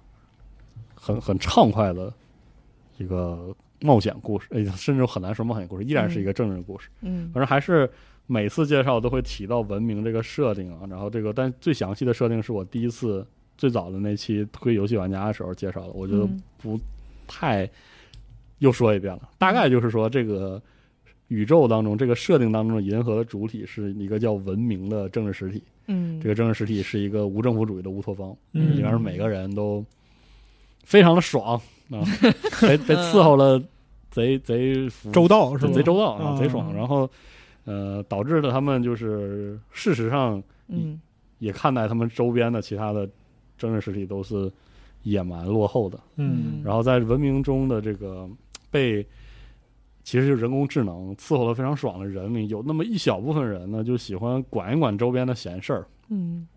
很很畅快的一个冒险故事，哎，甚至很难说冒险故事，依然是一个政治故事。嗯反正还是每次介绍都会提到文明这个设定啊，然后这个但最详细的设定是我第一次最早的那期推游戏玩家的时候介绍的，我觉得嗯不太又说一遍了，大概就是说这个。宇宙当中，这个设定当中的银河的主体是一个叫文明的政治实体，嗯这个政治实体是一个无政府主义的乌托邦，嗯里面每个人都非常的爽啊，被被伺候了贼贼服周到是是吧？贼周到啊，啊贼爽。然后，呃，导致了他们就是事实上嗯也看待他们周边的其他的政治实体都是野蛮落后的。嗯，然后在文明中的这个被，其实就是人工智能伺候的非常爽的人里，有那么一小部分人呢，就喜欢管一管周边的闲事儿。嗯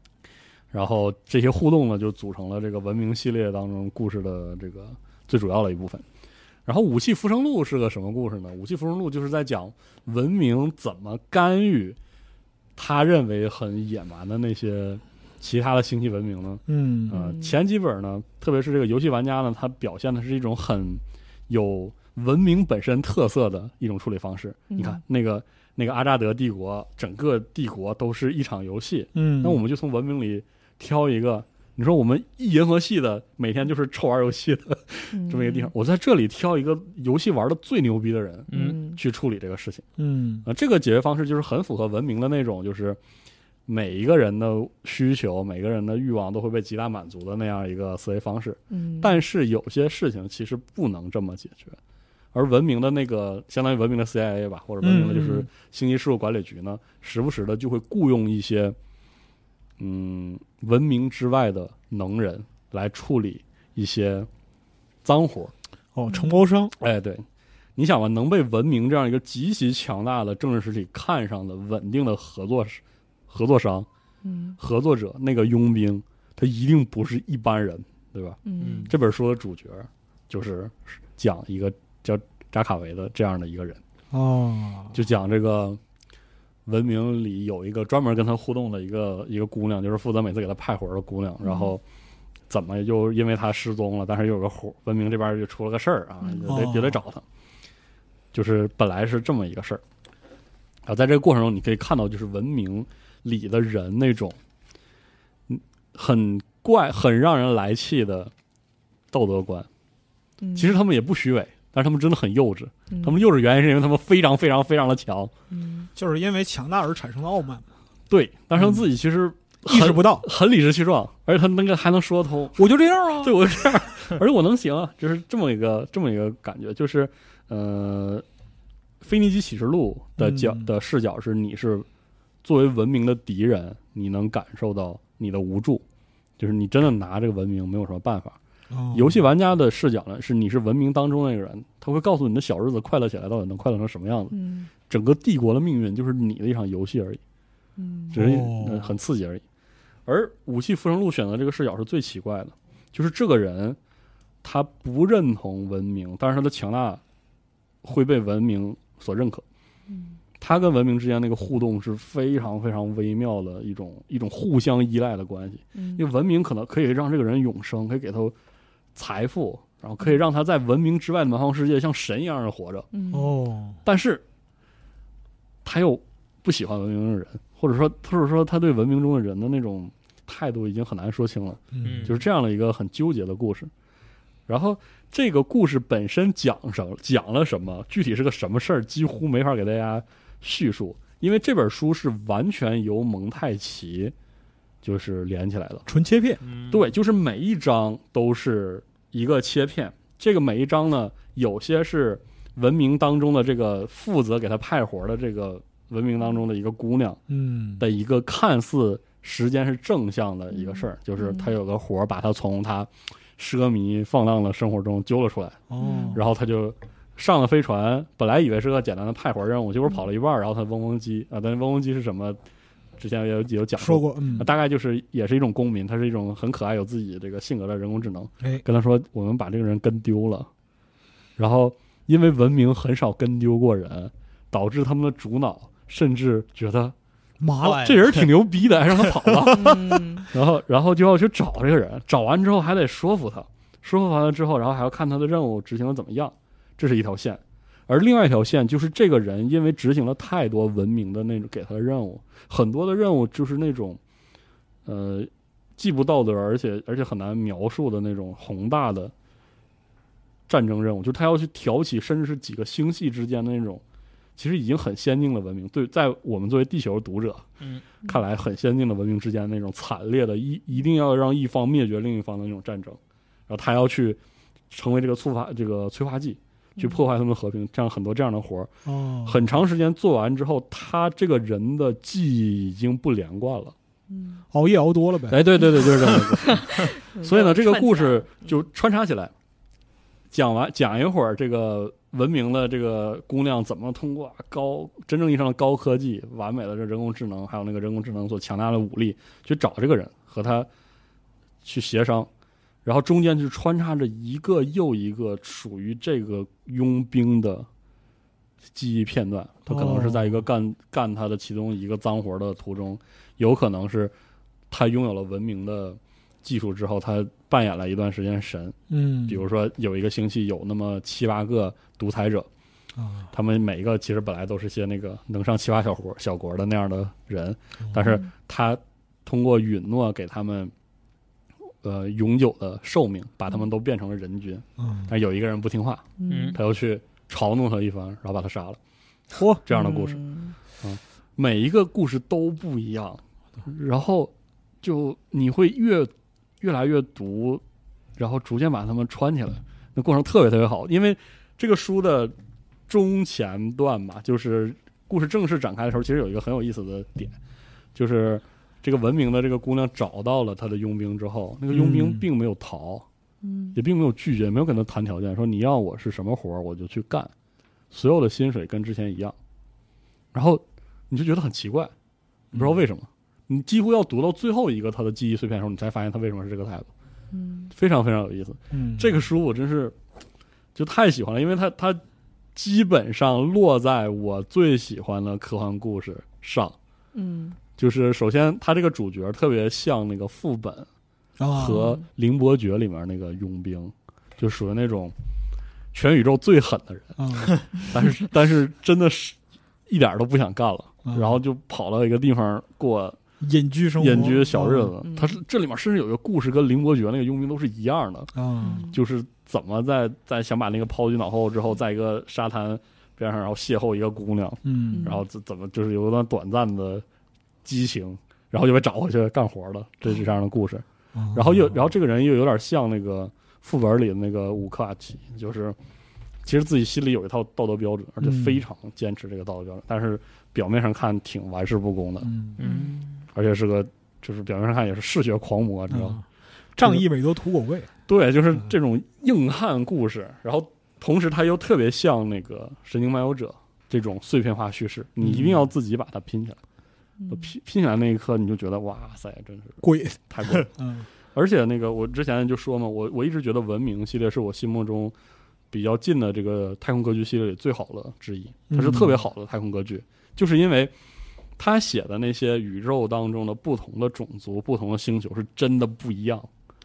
然后这些互动呢，就组成了这个文明系列当中故事的这个最主要的一部分。然后《武器浮生录》是个什么故事呢？《武器浮生录》就是在讲文明怎么干预他认为很野蛮的那些其他的星系文明呢？嗯呃，嗯前几本呢，特别是这个游戏玩家呢，它表现的是一种很有文明本身特色的一种处理方式。你看嗯那个那个阿扎德帝国，整个帝国都是一场游戏，嗯，那我们就从文明里挑一个。你说我们一银河系的每天嗯就是臭玩游戏的这么一个地方，我在这里挑一个游戏玩的最牛逼的人，嗯，去处理这个事情。嗯啊，这个解决方式就是很符合文明的那种，就是每一个人的需求、每个人的欲望都会被极大满足的那样一个思维方式。嗯，但是有些事情其实不能这么解决，而文明的那个相当于文明的 CIA 吧，或者文明的就是嗯星级事务管理局呢，时不时的就会雇佣一些嗯文明之外的能人来处理一些脏活儿。哦，承包商，哎，对，你想吧，能被文明这样一个极其强大的政治实体看上的稳定的合作是合作商、嗯合作者，那个佣兵，他一定不是一般人，对吧？嗯这本书的主角就是讲一个叫扎卡维的这样的一个人，哦，就讲这个文明里有一个专门跟他互动的一个一个姑娘，就是负责每次给他派活儿的姑娘，然后怎么又因为他失踪了，但是又有个活，文明这边就出了个事儿啊，嗯也得哦也得找他，就是本来是这么一个事儿啊，在这个过程中你可以看到，就是文明里的人那种嗯很怪、很让人来气的道德观，嗯其实他们也不虚伪。但是他们真的很幼稚，嗯他们幼稚原因是因为他们非常非常非常的强，嗯就是因为强大而产生的傲慢嘛，对，但是他自己其实意识很不 [laughs] 到，很理直气壮，而且他那个还能说得通，我就这样啊，对我是这样，而且我能行啊，就是这么一个这么一个感觉，就是呃，《腓尼基启示录》的角、嗯的视角是你是作为文明的敌人，你能感受到你的无助，就是你真的拿这个文明没有什么办法。哦游戏玩家的视角呢，是你是文明当中那个人，他会告诉你的小日子快乐起来到底能快乐成什么样子，嗯整个帝国的命运就是你的一场游戏而已。嗯只是、哦呃很刺激而已。而《武器复生录》选择这个视角是最奇怪的，就是这个人他不认同文明，但是他的强大会被文明所认可。嗯他跟文明之间那个互动是非常非常微妙的一种一种互相依赖的关系。嗯因为文明可能可以让这个人永生，可以给他财富，然后可以让他在文明之外的蛮荒世界像神一样的活着。嗯哦，但是他又不喜欢文明中的人，或者说，或者说他对文明中的人的那种态度已经很难说清了，嗯就是这样的一个很纠结的故事。然后这个故事本身讲什么，讲了什么，具体是个什么事儿，几乎没法给大家叙述，因为这本书是完全由蒙太奇就是连起来的。纯切片，嗯，对，就是每一章都是一个切片。这个每一章呢，有些是文明当中的这个负责给他派活的这个文明当中的一个姑娘嗯，的一个看似时间是正向的一个事儿，就是他有个活儿把他从他奢靡放浪的生活中揪了出来，嗯哦，然后他就。上了飞船，本来以为是个简单的派活任务，结果跑了一半儿，然后他嗡嗡机啊，但是嗡嗡机是什么？之前也有也有讲说过，嗯那，大概就是也是一种公民，他是一种很可爱、有自己这个性格的人工智能。哎，跟他说，我们把这个人跟丢了，然后因为文明很少跟丢过人，导致他们的主脑甚至觉得麻啊了，这人挺牛逼的，还让他跑了，嗯然后然后就要去找这个人，找完之后还得说服他，说服完了之后，然后还要看他的任务执行的怎么样，这是一条线。而另外一条线就是这个人因为执行了太多文明的那种给他的任务，很多的任务就是那种，呃，既不道德，而且而且很难描述的那种宏大的战争任务，就是他要去挑起甚至是几个星系之间的那种，其实已经很先进的文明，对，在我们作为地球读者，嗯，看来很先进的文明之间那种惨烈的一一定要让一方灭绝另一方的那种战争，然后他要去成为这个触发这个催化剂，去破坏他们的和平，这样很多这样的活儿，哦，很长时间做完之后，他这个人的记忆已经不连贯了。嗯，熬夜熬多了呗，哎，对对对，就是这样子。所以呢，这个串起来故嗯事了就穿插起来，讲完讲一会儿这个文明的这个姑娘怎么通过高真正意义上的高科技、完美的这人工智能，还有那个人工智能所强大的武力去找这个人和他去协商，然后中间就穿插着一个又一个属于这个佣兵的。记忆片段，他可能是在一个干、干他的其中一个脏活的途中，有可能是他拥有了文明的技术之后，他扮演了一段时间神。嗯，比如说，有一个星系有那么七八个独裁者，啊，他们每一个其实本来都是些那个能上七八小国小国的那样的人，但是他通过允诺给他们呃永久的寿命，把他们都变成了人均。嗯但有一个人不听话，嗯他又去嘲弄他一番，然后把他杀了。嚯，这样的故事，嗯每一个故事都不一样，然后就你会越越来越读，然后逐渐把它们串起来，那过程特别特别好。因为这个书的中前段吧，就是故事正式展开的时候，其实有一个很有意思的点，就是这个文明的这个姑娘找到了她的佣兵之后，那个佣兵嗯并没有逃，嗯也并没有拒绝，没有跟他谈条件，说你要我是什么活儿我就去干，所有的薪水跟之前一样。然后你就觉得很奇怪，你不知道为什么，你几乎要读到最后一个他的记忆碎片的时候，你才发现他为什么是这个态度，嗯非常非常有意思。嗯，这个书我真是就太喜欢了，因为它它基本上落在我最喜欢的科幻故事上。嗯就是首先，他这个主角特别像那个副本，啊和《凌波诀》里面那个佣兵，就属于那种全宇宙最狠的人，嗯但 [laughs] 是但是真的是一点儿都不想干了，嗯 [laughs] 然后就跑到一个地方过隐居生活，隐居小日子嗯。他是这里面甚至有一个故事跟《凌波诀》那个佣兵都是一样的，啊，嗯就是怎么在在想把那个抛弃脑后之后，在一个沙滩边上，然后邂逅一个姑娘，嗯然后怎怎么就是有一段短暂的激情，然后就被找回去干活了，这是这样的故事。嗯，然后又，然后这个人又有点像那个副本里的那个武克阿奇，就是其实自己心里有一套道德标准，而且嗯非常坚持这个道德标准，但是表面上看挺玩世不恭的，嗯嗯，而且是个就是表面上看也是嗜血狂魔，你知道吗？嗯，仗义伪德图狗贵，对，就是嗯这种硬汉故事，然后同时他又特别像那个《神经漫游者》这种碎片化叙事，你嗯一定要自己把它拼起来，嗯拼拼起来那一刻你就觉得哇塞，真是贵，太过了。嗯而且那个我之前就说嘛，我我一直觉得《文明》系列是我心目中比较近的这个太空歌剧系列里最好的之一，嗯它是特别好的太空歌剧，就是因为他写的那些宇宙当中的不同的种族、不同的星球是真的不一样，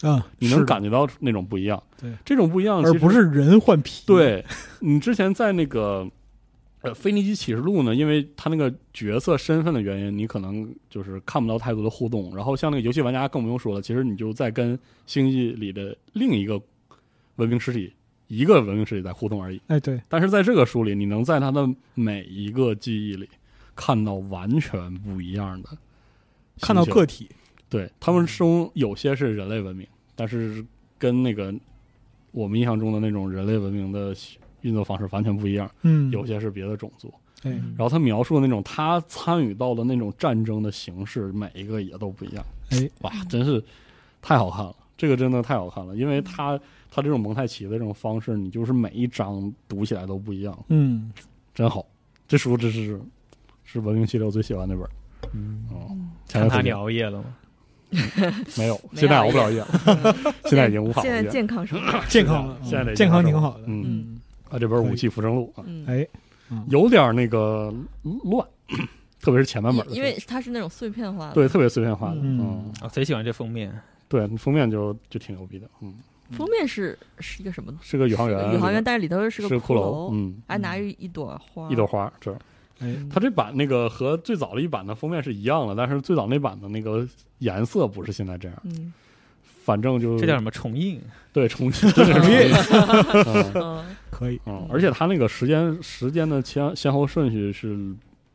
啊，你能是感觉到那种不一样。对，这种不一样的，其而实不是人换 [laughs] 皮，，对你之前在那个呃《腓尼基启示录》呢，因为他那个角色身份的原因，你可能就是看不到太多的互动。然后像那个游戏玩家更不用说了，其实你就在跟星际里的另一个文明实体。一个文明实体在互动而已，哎对，但是在这个书里，你能在他的每一个记忆里看到完全不一样的星球，看到个体，对他们中有些是人类文明，但是跟那个我们印象中的那种人类文明的运作方式完全不一样，嗯，有嗯些是别的种族。哎，然后他描述的那种他参与到的那种战争的形式，每一个也都不一样。哎，哇，真是太好看了！这个真的太好看了，因为嗯他他这种蒙太奇的这种方式，你就是每一章读起来都不一样， [laughs] 嗯，真好。这书这是是文明系列我最喜欢那本儿。嗯，哦，前两看他天你熬夜了吗？没有，没现在熬熬不了夜， [laughs] 现在已经无法熬现夜在了。健康生活，健康了， [laughs] 现在得健康健挺康好的，嗯嗯，啊，这本《武器浮生录》啊，嗯，哎，有点那个乱，特别是前半本的时候，因因为它是那种碎片化的，对特别碎片化的，嗯嗯，我哦贼喜欢这封面，对，封面就就挺牛逼的，嗯，封面是是一个什么？是个宇航员，宇航员，呃是但是里头个个骷骷啊髅，嗯，还拿着一朵花，一朵花，这哎，它这版那个和最早的一版的封面是一样的，但是最早那版的那个颜色不是现在这样，嗯反正就这叫什么重印？对重新真是重 [laughs] 印，嗯嗯可以，嗯，而且它那个时间时间的先先后顺序是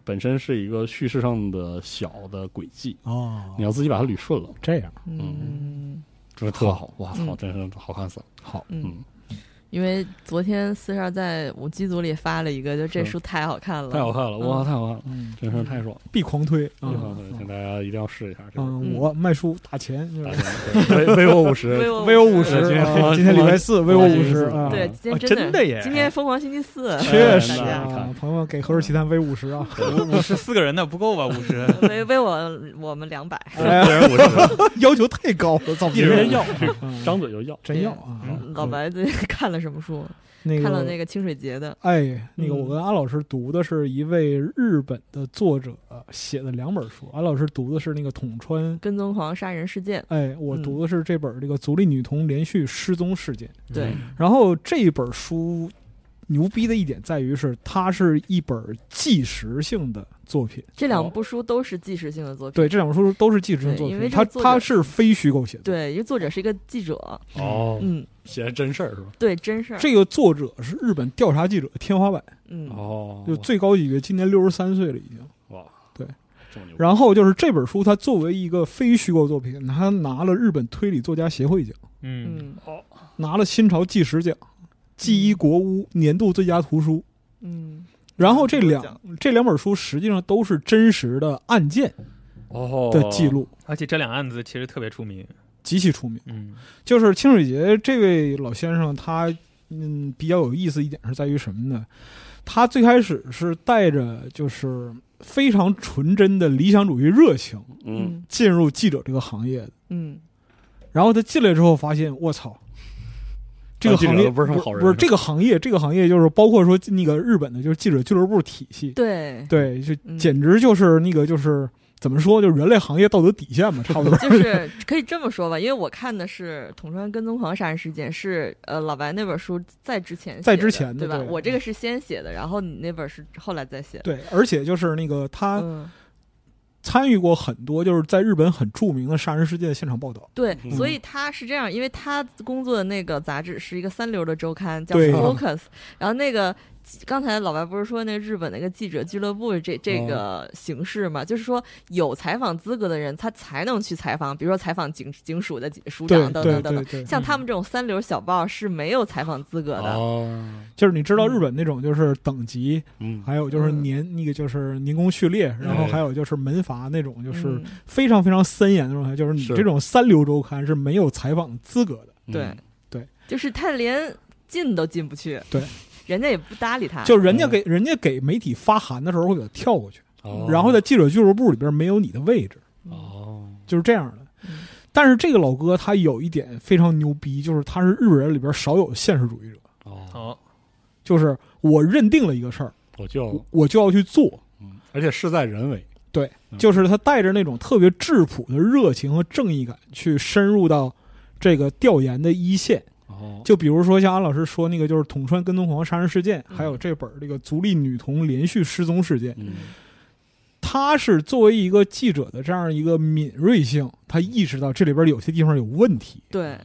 本身是一个叙事上的小的轨迹，哦你，要自己把它捋顺了。这样，嗯真是特好，哇操，嗯真是好看死了。好，嗯嗯，因为昨天四十二在我机组里发了一个，就这是书太好看了，太好看了，哇，嗯太好看了，嗯，真是太爽了，必狂推，非常嗯推荐大家一定要试一下这个。嗯，我卖书打钱，就大是家对 vivo 五十， vivo vivo 五十今，天啊今天礼拜四，vivo 五十今天啊，对，今哦天真的的耶今天疯狂星期四，确实大家你啊哎看，朋友们给何氏奇谈 V 五十啊，五五十四个人呢，不够吧？五十嗯为为我我们两百，哎虽然五 [laughs] [laughs] 十，要求太高了，造一不了人要，嗯 [laughs] 张嘴就要。真要啊！嗯老白最近看了什么书？那个看了那个清水节的，哎，那个嗯我跟安老师读的是一位日本的作者写的两本书，安老师读的是那个统川《跟踪狂杀人事件》，哎，我嗯读的是这嗯嗯本儿这个足利女童连续失踪事件。对，然后这一本书，牛逼的一点在于是它是一本纪实性的作品。这两部书都是纪实性的作品。哦对，这两本书都是纪实性作对因为品，这它个作者它是非虚构写的。对，因为作者是一个记者，哦，嗯，写的真事儿是吧？对，真事儿，这个作者是日本调查记者天花板，嗯，哦，就最高级别，今年六十三岁了已经。哇，对这么牛逼，然后就是这本书，它作为一个非虚构作品，它拿了日本推理作家协会奖，嗯，嗯拿了新潮纪实奖，记忆国屋年度最佳图书。嗯，然后这年两这两本书实际上都是真实的案件哦的记，录，而且这两案子其实特别出名，极其出名。嗯就是清水节这位老先生，他嗯比较有意思一点是在于什么呢？他最开始是带着就是非常纯真的理想主义热情嗯，进入记者这个行业的，嗯，然后他进来之后发现，我操！这个当记者行业都不是什么好人不是是吧这个行业，这个行业就是包括说那个日本的，就是记者俱乐部体系，对，对，就嗯简直就是那个就是怎么说，就是人类行业道德底嗯线嘛，差不多。 [laughs] 就是可以这么说吧，因为我看的是《统川跟踪狂杀人事件》，是呃老白那本书在之前写的，在之前的对吧？对我这个是先写的，然后你那本是后来再写的。对，而且就是那个他嗯，参与过很多就是在日本很著名的杀人事件现场报道。对，嗯所以他是这样，因为他工作的那个杂志是一个三流的周刊，叫对 Focus，然后那个。刚才老白不是说那日本那个记者俱乐部这哦这个形式嘛，就是说有采访资格的人，他才能去采访，比如说采访警警署的警署对长等对等等对等。对，像他们这种三流小报是没有采访资格的，哦，就是你知道日本那种就是等级，嗯，还有就是嗯年那个就是年功序列，然后嗯还有就是门阀那种就是嗯非常非常森严的状态，就是你是这种三流周刊是没有采访资格的。嗯对对，就是他连进都进不去，对，人家也不搭理他，就是人家给人家给媒体发函的时候会给他跳过去，哦然后在记者俱乐部里边没有你的位置，哦，就是这样的嗯。但是这个老哥他有一点非常牛逼，就是他是日本人里边少有的现实主义者，哦，好，就是我认定了一个事儿，我就我，我就要去做。嗯而且事在人为，对嗯，就是他带着那种特别质朴的热情和正义感去深入到这个调研的一线。哦，就比如说像安老师说那个，就是统川跟踪狂杀人事件，嗯还有这本儿这个足利女童连续失踪事件，嗯，他是作为一个记者的这样一个敏锐性，他意识到这里边有些地方有问题。对，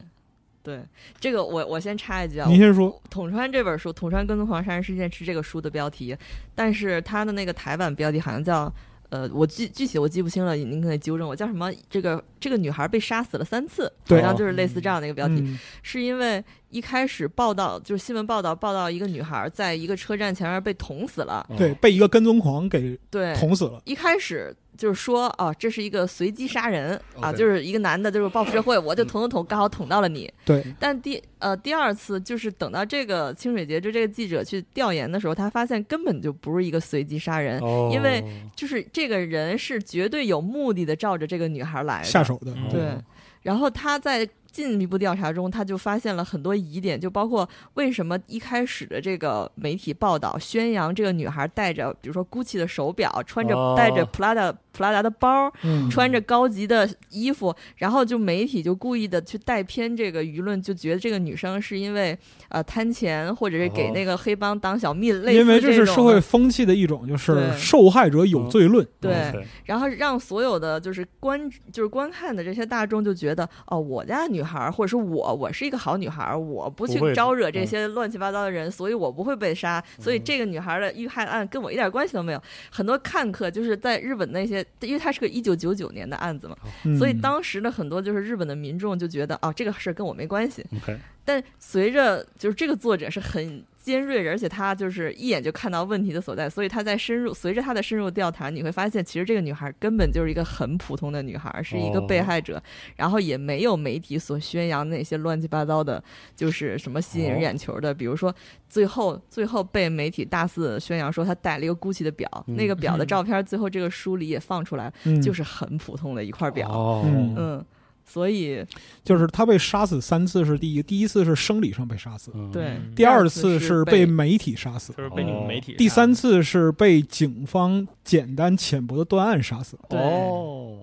对，这个我我先插一句啊，您先说，统川这本书《统川跟踪狂杀人事件》是这个书的标题，但是它的那个台版标题好像叫。呃，我具具体我记不清了，您可以纠正我，叫什么？这个这个女孩被杀死了三次，对好像就是类似这样的一个标题。嗯，是因为一开始报道就是新闻报道报道一个女孩在一个车站前面被捅死了，哦对，，被一个跟踪狂给对，捅死了。一开始就是说啊，这是一个随机杀人啊， OK 就是一个男的，就是报复社会，我就捅捅捅，刚好捅到了你。对，但第呃第二次就是等到这个清水节就这个记者去调研的时候，他发现根本就不是一个随机杀人，哦，因为就是这个人是绝对有目的的照着这个女孩来的下。手的，嗯哎对，然后他在进一步调查中，他就发现了很多疑点，就包括为什么一开始的这个媒体报道宣扬这个女孩戴着，比如说 GUCCI 的手表，穿着、哦戴着 Prada Prada 的包，嗯，穿着高级的衣服，然后就媒体就故意的去带偏这个舆论，就觉得这个女生是因为呃贪钱，或者是给哦那个黑帮当小蜜，类似因为这是种社会的风气的一种，就是对哦受害者有罪论。对 OK，然后让所有的就是观就是观看的这些大众就觉得哦，我家女孩儿或者是我，我是一个好女孩儿，我不去不会嗯招惹这些乱七八糟的人，所以我不会被杀，所以这个女孩儿的遇害案跟我一点关系都没有。很多看客就是在日本那些，因为它是个一九九九年的案子嘛，嗯所以当时的很多就是日本的民众就觉得啊，这个事儿跟我没关系。 ，OK，但随着就是这个作者是很尖锐的，而且他就是一眼就看到问题的所在，所以他在深入随着他的深入调查，你会发现其实这个女孩根本就是一个很普通的女孩，是一个被害哦者，然后也没有媒体所宣扬那些乱七八糟的，就是什么吸引人眼球的，比如说最后最后被媒体大肆宣扬说她戴了一个 GUCCI 的表，嗯那个表的照片最后这个书里也放出来，嗯就是很普通的一块表，哦嗯嗯，所以就是他被杀死三次是第一，第一次是生理上被杀死，嗯对，第二次次是是被媒体杀死就，是被你们媒体哦第三次次是被警方简单浅薄的断案杀死。对哦，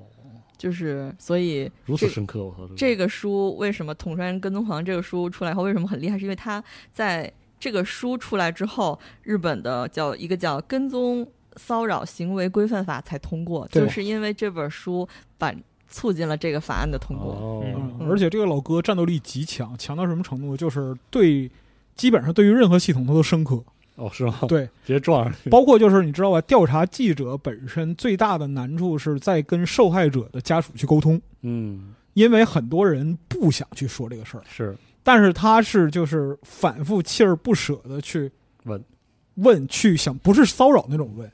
就是所以。如此深嗯刻，我操，这个个书为什么《统帅跟踪狂》这个书出来后为什么很厉害？是因为它在这个书出来之后，日本的叫一个叫《跟踪骚扰行为规范法》才通过，对就是因为这本书把促进了这个法案的通过。哦，嗯而且这个老哥战斗力极强，强到什么程度？就是对，基本上对于任何系统他都深刻。哦是吗？嗯对，直接撞上去，包括就是你知道吧，调查记者本身最大的难处是在跟受害者的家属去沟通，嗯，因为很多人不想去说这个事儿，是但是他是就是反复锲而不舍的去问问去想，不是骚扰那种问，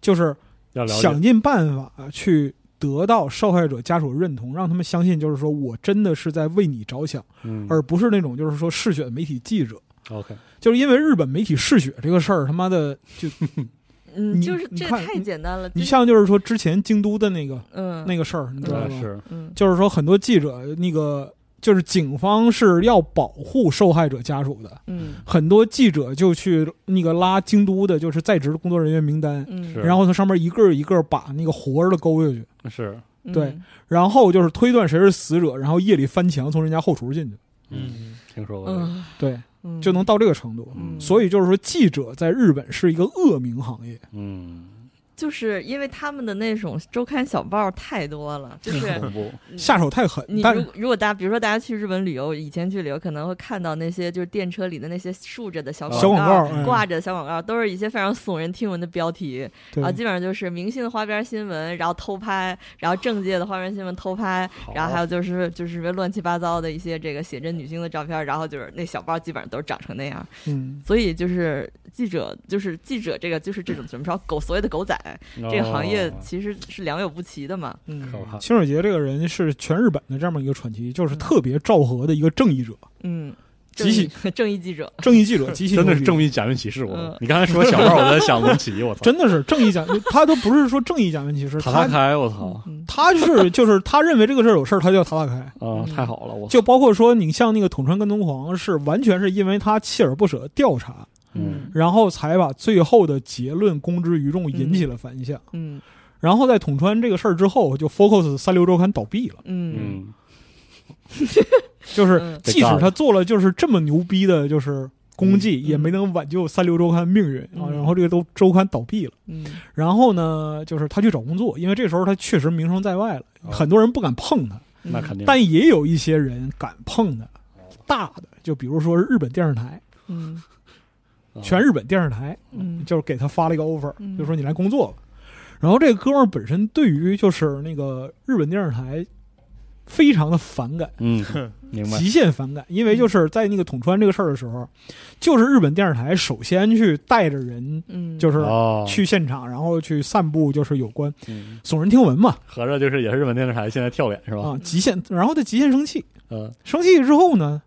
就是要了解想尽办法去得到受害者家属认同，让他们相信，就是说我真的是在为你着想，嗯而不是那种就是说嗜血的媒体记者。 OK 就是因为日本媒体嗜血这个事儿，他妈的 [laughs] 就嗯，你就是你这个看太简单了。你就是像就是说之前京都的那个嗯那个事儿，你知道啊吗？是嗯就是说很多记者那个就是警方是要保护受害者家属的，嗯很多记者就去那个拉京都的就是在职的工作人员名单，嗯，是然后从上面一个一个把那个活着的勾下去。是嗯对然后就是推断谁是死者，然后夜里翻墙从人家后厨进去，嗯，听说过这个嗯对，嗯就能到这个程度。嗯所以就是说，记者在日本是一个恶名行业，嗯就是因为他们的那种周刊小报太多了， [laughs] 就是恐怖嗯下手太狠。你但如如果大家，比如说大家去日本旅游，以前去旅游可能会看到那些就是电车里的那些竖着的小小广告告嗯挂着的小广告，都是一些非常耸人听闻的标题对啊，基本上就是明星的花边新闻，然后偷拍，然后政界的花边新闻偷拍，[laughs] 好然后还有就是就是什么乱七八糟的一些这个写真女星的照片，然后就是那小报基本上都是长成那样，嗯，所以就是记者就是记者这个就是这种怎么说狗所谓的狗仔这个行业哦其实是良莠不齐的嘛，嗯可怕清水节这个人是全日本的这么一个传奇，就是特别昭和的一个正 [laughs] 义者，嗯，正极其义 [laughs] 正义记者。正义记者，极其真的是牛逼正义假面骑士，我嗯你刚才说小号，我在想龙骑，我 [laughs] 操，真的是正义假，他都不是说正义假面骑士，塔塔他开，我操嗯他是就是他认为这个事儿有事儿，他就要塔塔 [laughs] 开。啊，太好了，我就包括说，你像那个统川跟踪狂，是完全是因为他锲而不舍地调查，嗯然后才把最后的结论公之于众，引起了反响。嗯然后在统川这个事儿之后，就 Focus 三六周刊倒闭了。嗯嗯就是嗯即使他做了就是这么牛逼的，就是功绩，嗯也没能挽救三六周刊命运啊。嗯然后这个都周刊倒闭了。嗯然后呢，就是他去找工作，因为这时候他确实名声在外了，哦很多人不敢碰他，嗯那肯定，但也有一些人敢碰他。哦大的就比如说日本电视台，嗯啊全日本电视台，嗯就是给他发了一个 offer，嗯就说你来工作吧。然后这个哥们儿本身对于就是那个日本电视台非常的反感，嗯，明白极限反感，因为就是在那个统川这个事儿的时候，就是日本电视台首先去带着人，嗯，就是哦，去现场，然后去散布就是有关嗯耸人听闻嘛合着就是也是日本电视台现在跳脸是吧？啊，极限，然后他极限生气，嗯，生气之后呢，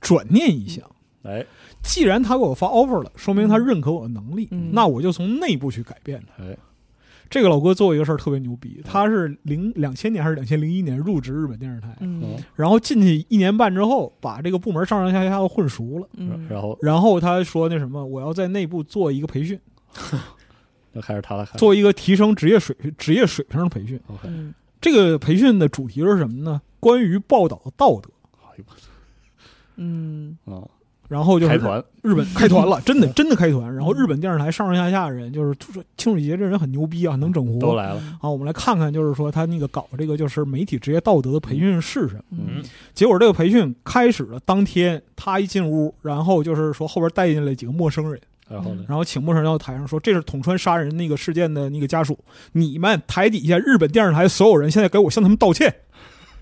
转念一想，哎既然他给我发 offer 了，说明他认可我的能力，嗯那我就从内部去改变他。哎，嗯这个老哥做一个事儿特别牛逼，他是零两千年还是两千零一年入职日本电视台，嗯然后进去一年半之后，把这个部门上上下下都混熟了。嗯，然后然后他说那什么，我要在内部做一个培训，就开始塔塔开做一个提升职业水平、职业水平的培训。 ，OK，嗯这个培训的主题是什么呢？关于报道的道德。好一把嗯啊，然后就是开日团日本开团 [laughs] 了，真的真的开团。然后日本电视台上上下下人就是就说清水节这人很牛逼啊，能整活。都来了，啊，我们来看看，就是说他那个搞这个就是媒体职业道德的培训是什么。嗯结果这个培训开始了当天，他一进屋，然后就是说后边带进来几个陌生人，然后呢？ [laughs] 然后请陌生人到台上说：“这是统川杀人那个事件的那个家属，你们台底下日本电视台所有人现在给我向他们道歉。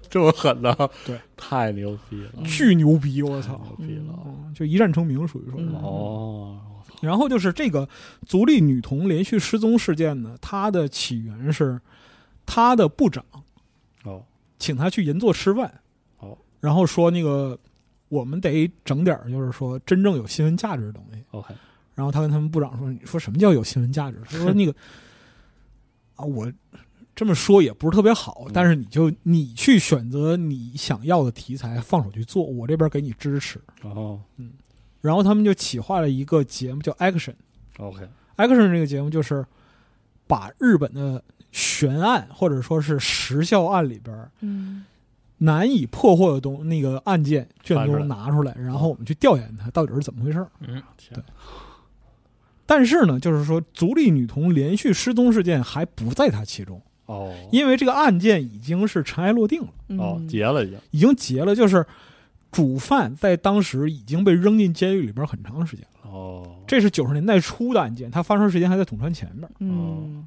这么狠呢？对，太牛逼嗯了”，巨牛逼，我太操！牛逼了！嗯就一战成名，属于说。嗯哦，然后就是这个足利女童连续失踪事件呢，它的起源是她的部长哦，请她去银座吃饭，哦，然后说那个我们得整点儿就是说真正有新闻价值的东西。 ，OK，然后他跟他们部长说：“你说什么叫有新闻价值？”他 [laughs] 说：“那个啊，我这么说也不是特别好嗯，但是你就你去选择你想要的题材，放手去做，我这边给你支持。哦”然后他们就企划了一个节目叫 Action。 ，OK， Action 这个节目就是把日本的悬案或者说是时效案里边儿嗯难以破获的东那个案件卷翻出来宗拿出来，然后我们去调研它到底是怎么回事儿。嗯，天但是呢，就是说足利女童连续失踪事件还不在它其中，哦因为这个案件已经是尘埃落定了，哦嗯，结了已经，已经结了，就是主犯在当时已经被扔进监狱里边很长时间了。哦这是九十年代初的案件，它发生时间还在统川前面。嗯，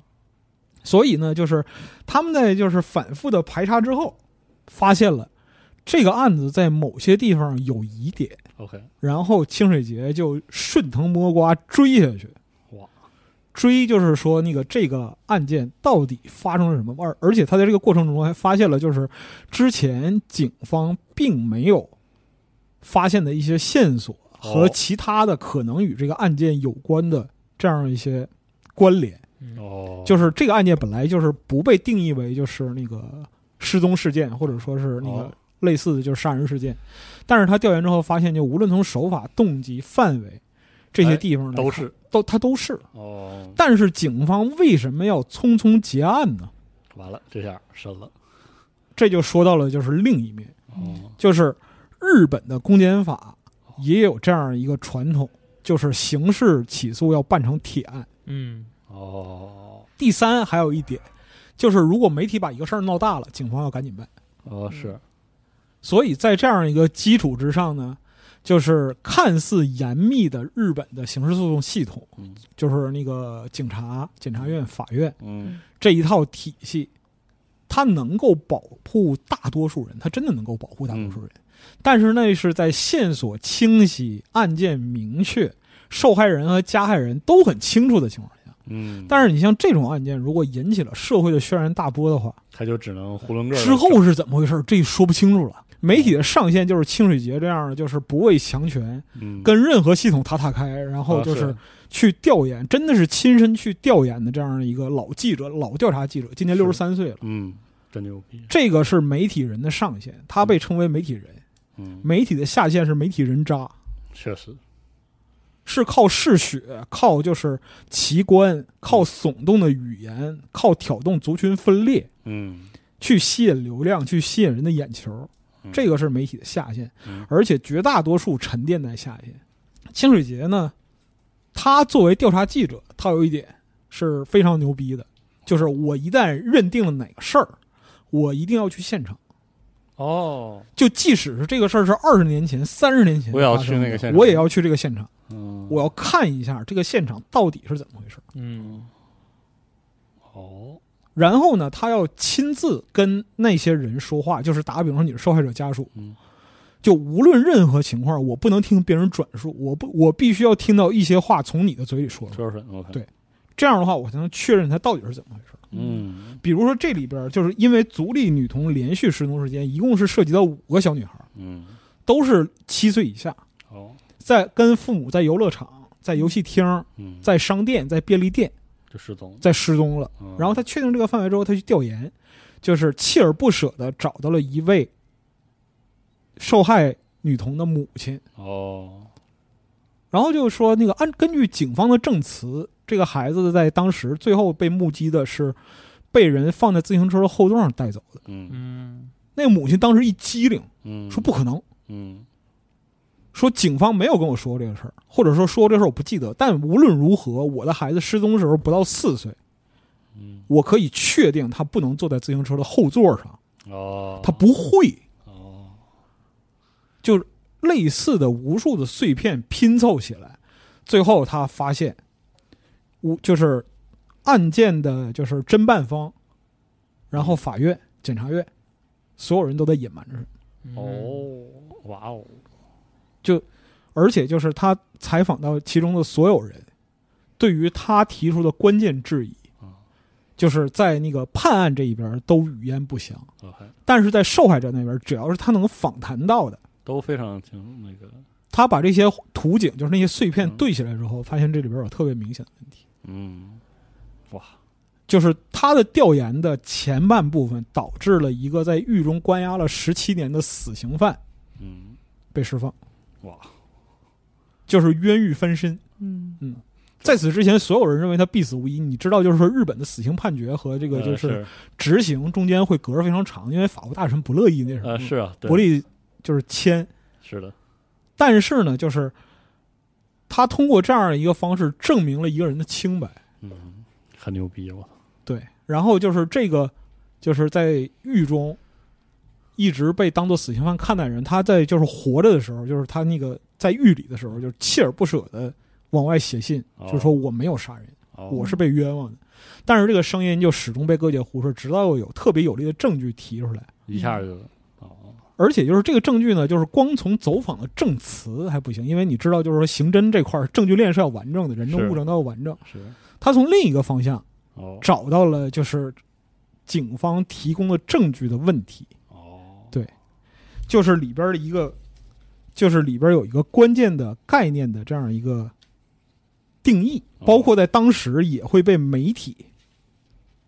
所以呢，就是他们在就是反复的排查之后，发现了这个案子在某些地方有疑点， OK 然后清水节就顺藤摸瓜追下去。哇，追就是说那个这个案件到底发生了什么，而而且他在这个过程中还发现了，就是之前警方并没有发现的一些线索和哦其他的可能与这个案件有关的这样一些关联。哦，就是这个案件本来就是不被定义为就是那个失踪事件，或者说是那个哦类似的就是杀人事件，但是他调研之后发现，就无论从手法、动机、范围这些地方来看哎都是都他都是，哦，但是警方为什么要匆匆结案呢？完了这下深了这就说到了就是另一面，哦就是日本的公检法也有这样一个传统，就是刑事起诉要办成铁案。嗯，哦第三，还有一点就是，如果媒体把一个事儿闹大了，警方要赶紧办。哦是所以在这样一个基础之上呢，就是看似严密的日本的刑事诉讼系统，嗯就是那个警察、检察院、法院嗯这一套体系，它能够保护大多数人，它真的能够保护大多数人。嗯但是那是在线索清晰、案件明确、受害人和加害人都很清楚的情况下。嗯，但是是你像这种案件，如果引起了社会的轩然大波的话，他就只能囫囵个儿地之后是怎么回事，这说不清楚了。媒体的上限就是清水节这样的，就是不畏强权，嗯跟任何系统塔塔开，然后啊就是是去调研，真的是亲身去调研的这样的一个老记者、老调查记者，今年是六十三岁了。嗯真牛逼这个是媒体人的上限，他被称为媒体人。嗯媒体的下限是媒体人渣，确实是靠嗜血、靠就是奇观、嗯靠耸动的语言、靠挑动族群分裂，嗯去吸引流量，去吸引人的眼球嗯，这个是媒体的下限嗯，而且绝大多数沉淀在下限。清水节呢，他作为调查记者，他有一点是非常牛逼的，就是我一旦认定了哪个事儿，我一定要去现场。哦就即使是这个事儿是二十年前、三十年前我也要发生去的那个现场我也要去这个现场，嗯我要看一下这个现场到底是怎么回事。嗯，哦然后呢，他要亲自跟那些人说话，就是打个比方说你是受害者家属，嗯就无论任何情况，我不能听别人转述，我不我必须要听到一些话从你的嘴里说出来，说说 OK 对这样的话我才能确认他到底是怎么回事。嗯比如说这里边就是因为足利女童连续失踪事件，一共是涉及到五个小女孩，嗯都是七岁以下，哦在跟父母在游乐场、在游戏厅、嗯在商店、在便利店就失踪了在失踪了。嗯然后他确定这个范围之后，他去调研，就是锲而不舍的找到了一位受害女童的母亲，哦然后就说那个按根据警方的证词，这个孩子在当时最后被目击的是被人放在自行车的后座上带走的。嗯嗯，那个母亲当时一激灵，嗯说不可能，嗯说警方没有跟我说过这个事儿，或者说说过这事儿我不记得。但无论如何，我的孩子失踪的时候不到四岁，嗯我可以确定他不能坐在自行车的后座上，哦他不会。哦就是类似的无数的碎片拼凑起来，最后他发现，无就是案件的就是侦办方，然后法院、检察院，所有人都在隐瞒着什么，哦哇哦而且就是他采访到其中的所有人，对于他提出的关键质疑嗯，就是在那个判案这一边都语焉不详， OK 但是在受害者那边，只要是他能访谈到的。都非常清楚那个他把这些图景，就是那些碎片嗯对起来之后，发现这里边有特别明显的问题，嗯哇就是他的调研的前半部分导致了一个在狱中关押了十七年的死刑犯嗯被释放，哇就是冤狱翻身。嗯嗯，在此之前，所有人认为他必死无疑。你知道，就是说日本的死刑判决和这个呃就是执行中间会隔着非常长，因为法国大臣不乐意那什么，呃是啊，对伯利就是签。是的，但是呢，就是他通过这样一个方式证明了一个人的清白。嗯，很牛逼，我操，对，然后就是这个，就是在狱中一直被当做死刑犯看待的人，他在就是活着的时候，就是他那个在狱里的时候，就是锲而不舍的往外写信，哦就是说我没有杀人，哦我是被冤枉的。但是这个声音就始终被各界忽视，直到有特别有力的证据提出来。一下就哦，而且就是这个证据呢，就是光从走访的证词还不行，因为你知道，就是说刑侦这块儿证据链是要完整的，人证是物证都要完整。是他从另一个方向哦找到了就是警方提供的证据的问题，哦，就是里边儿的一个，就是里边儿有一个关键的概念的这样一个定义，哦包括在当时也会被媒体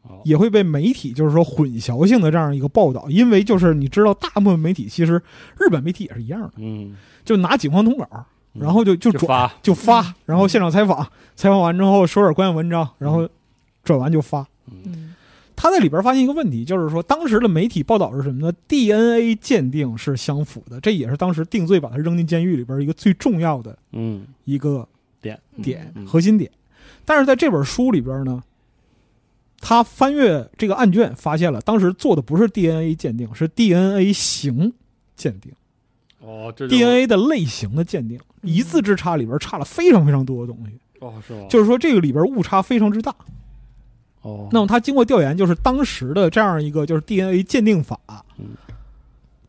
哦也会被媒体就是说混淆性的这样一个报道，因为就是你知道，大部分媒体其实日本媒体也是一样的，嗯，就拿警方通稿，嗯然后就就就转发嗯就发，然后现场采访，采访完之后说点关键文章，然后转完就发。嗯他在里边发现一个问题，就是说当时的媒体报道是什么呢？DNA 鉴定是相符的，这也是当时定罪把他扔进监狱里边一个最重要的嗯一个点点、嗯核心点。但是在这本书里边呢，他翻阅这个案卷，发现了当时做的不是 DNA 鉴定，是 DNA 型鉴定哦这就，DNA 的类型的鉴定，一字之差里边差了非常非常多的东西。哦是吗？就是说这个里边误差非常之大。哦那么他经过调研，就是当时的这样一个就是 DNA 鉴定法嗯，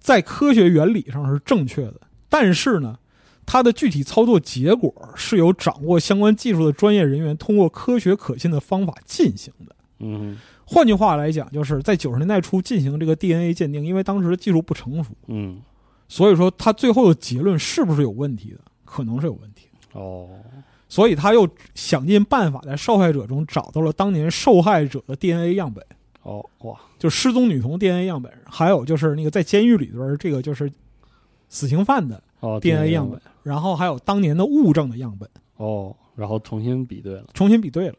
在科学原理上是正确的，但是呢，它的具体操作结果是由掌握相关技术的专业人员通过科学可信的方法进行的。嗯换句话来讲，就是在九十年代初进行这个 DNA 鉴定，因为当时的技术不成熟，嗯所以说他最后的结论是不是有问题的，可能是有问题的。哦所以他又想尽办法在受害者中找到了当年受害者的 DNA 样本，哦哇就失踪女童 DNA 样本，还有就是那个在监狱里边儿这个就是死刑犯的哦 DNA 样本，然后还有当年的物证的样本，哦，然后重新比对了重新比对了。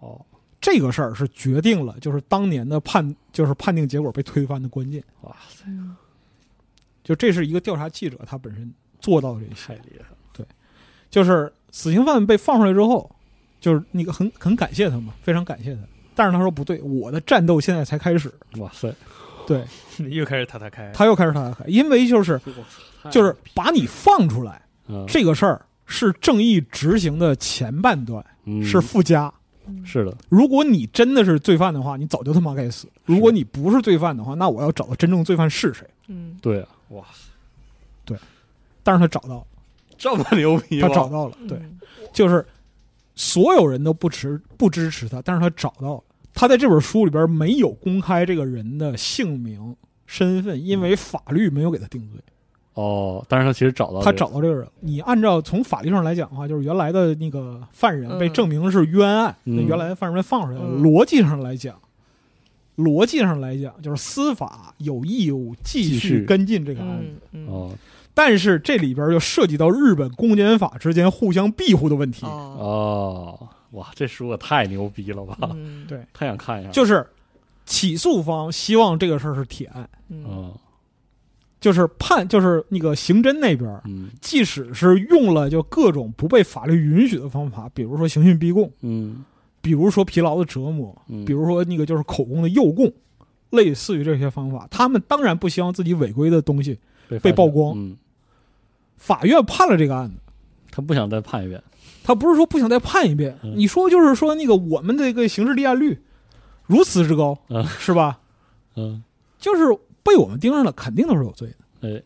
哦这个事儿是决定了就是当年的判就是判定结果被推翻的关键。哇塞就这是一个调查记者他本身做到的这些，太厉害了就是死刑犯被放出来之后，就是那个很很感谢他嘛，非常感谢他。但是他说不对，我的战斗现在才开始。哇塞对，又开始塔塔哎开，他又开始打打开，因为就是就是把你放出来嗯这个事儿是正义执行的前半段，嗯是附加。是的如果你真的是罪犯的话，你早就他妈该死；如果你不是罪犯的话，那我要找到真正罪犯是谁。嗯对啊哇塞但是他找到了，这么牛逼他吗找到了，对，嗯就是所有人都不持不支持他，但是他找到了。他在这本书里边没有公开这个人的姓名、身份，因嗯为法律没有给他定罪。哦，但是他其实找到他这个找到这个人了。你按照从法律上来讲的话，就是原来的那个犯人嗯被证明是冤案，嗯那原来的犯人被放出来了。嗯逻辑上来讲，逻辑上来讲，就是司法有义务继继续续跟进这个案子。嗯嗯哦但是这里边就涉及到日本公检法之间互相庇护的问题，哦哦哇这书也太牛逼了吧，嗯对太想看一下就是是起诉方希望这个事儿是铁案，嗯嗯就是判就是那个刑侦那边。嗯即使是用了就各种不被法律允许的方法，比如说刑讯逼供，嗯比如说疲劳的折磨，嗯比如说那个就是口供的诱供，类似于这些方法，他们当然不希望自己违规的东西。被被发曝现光嗯法院判了这个案子，他不想再判一遍他不是说不想再判一遍，嗯你说就是说那个我们这个刑事立案率如此之高，嗯是吧？嗯就是被我们盯上了，肯定都是有罪的。哎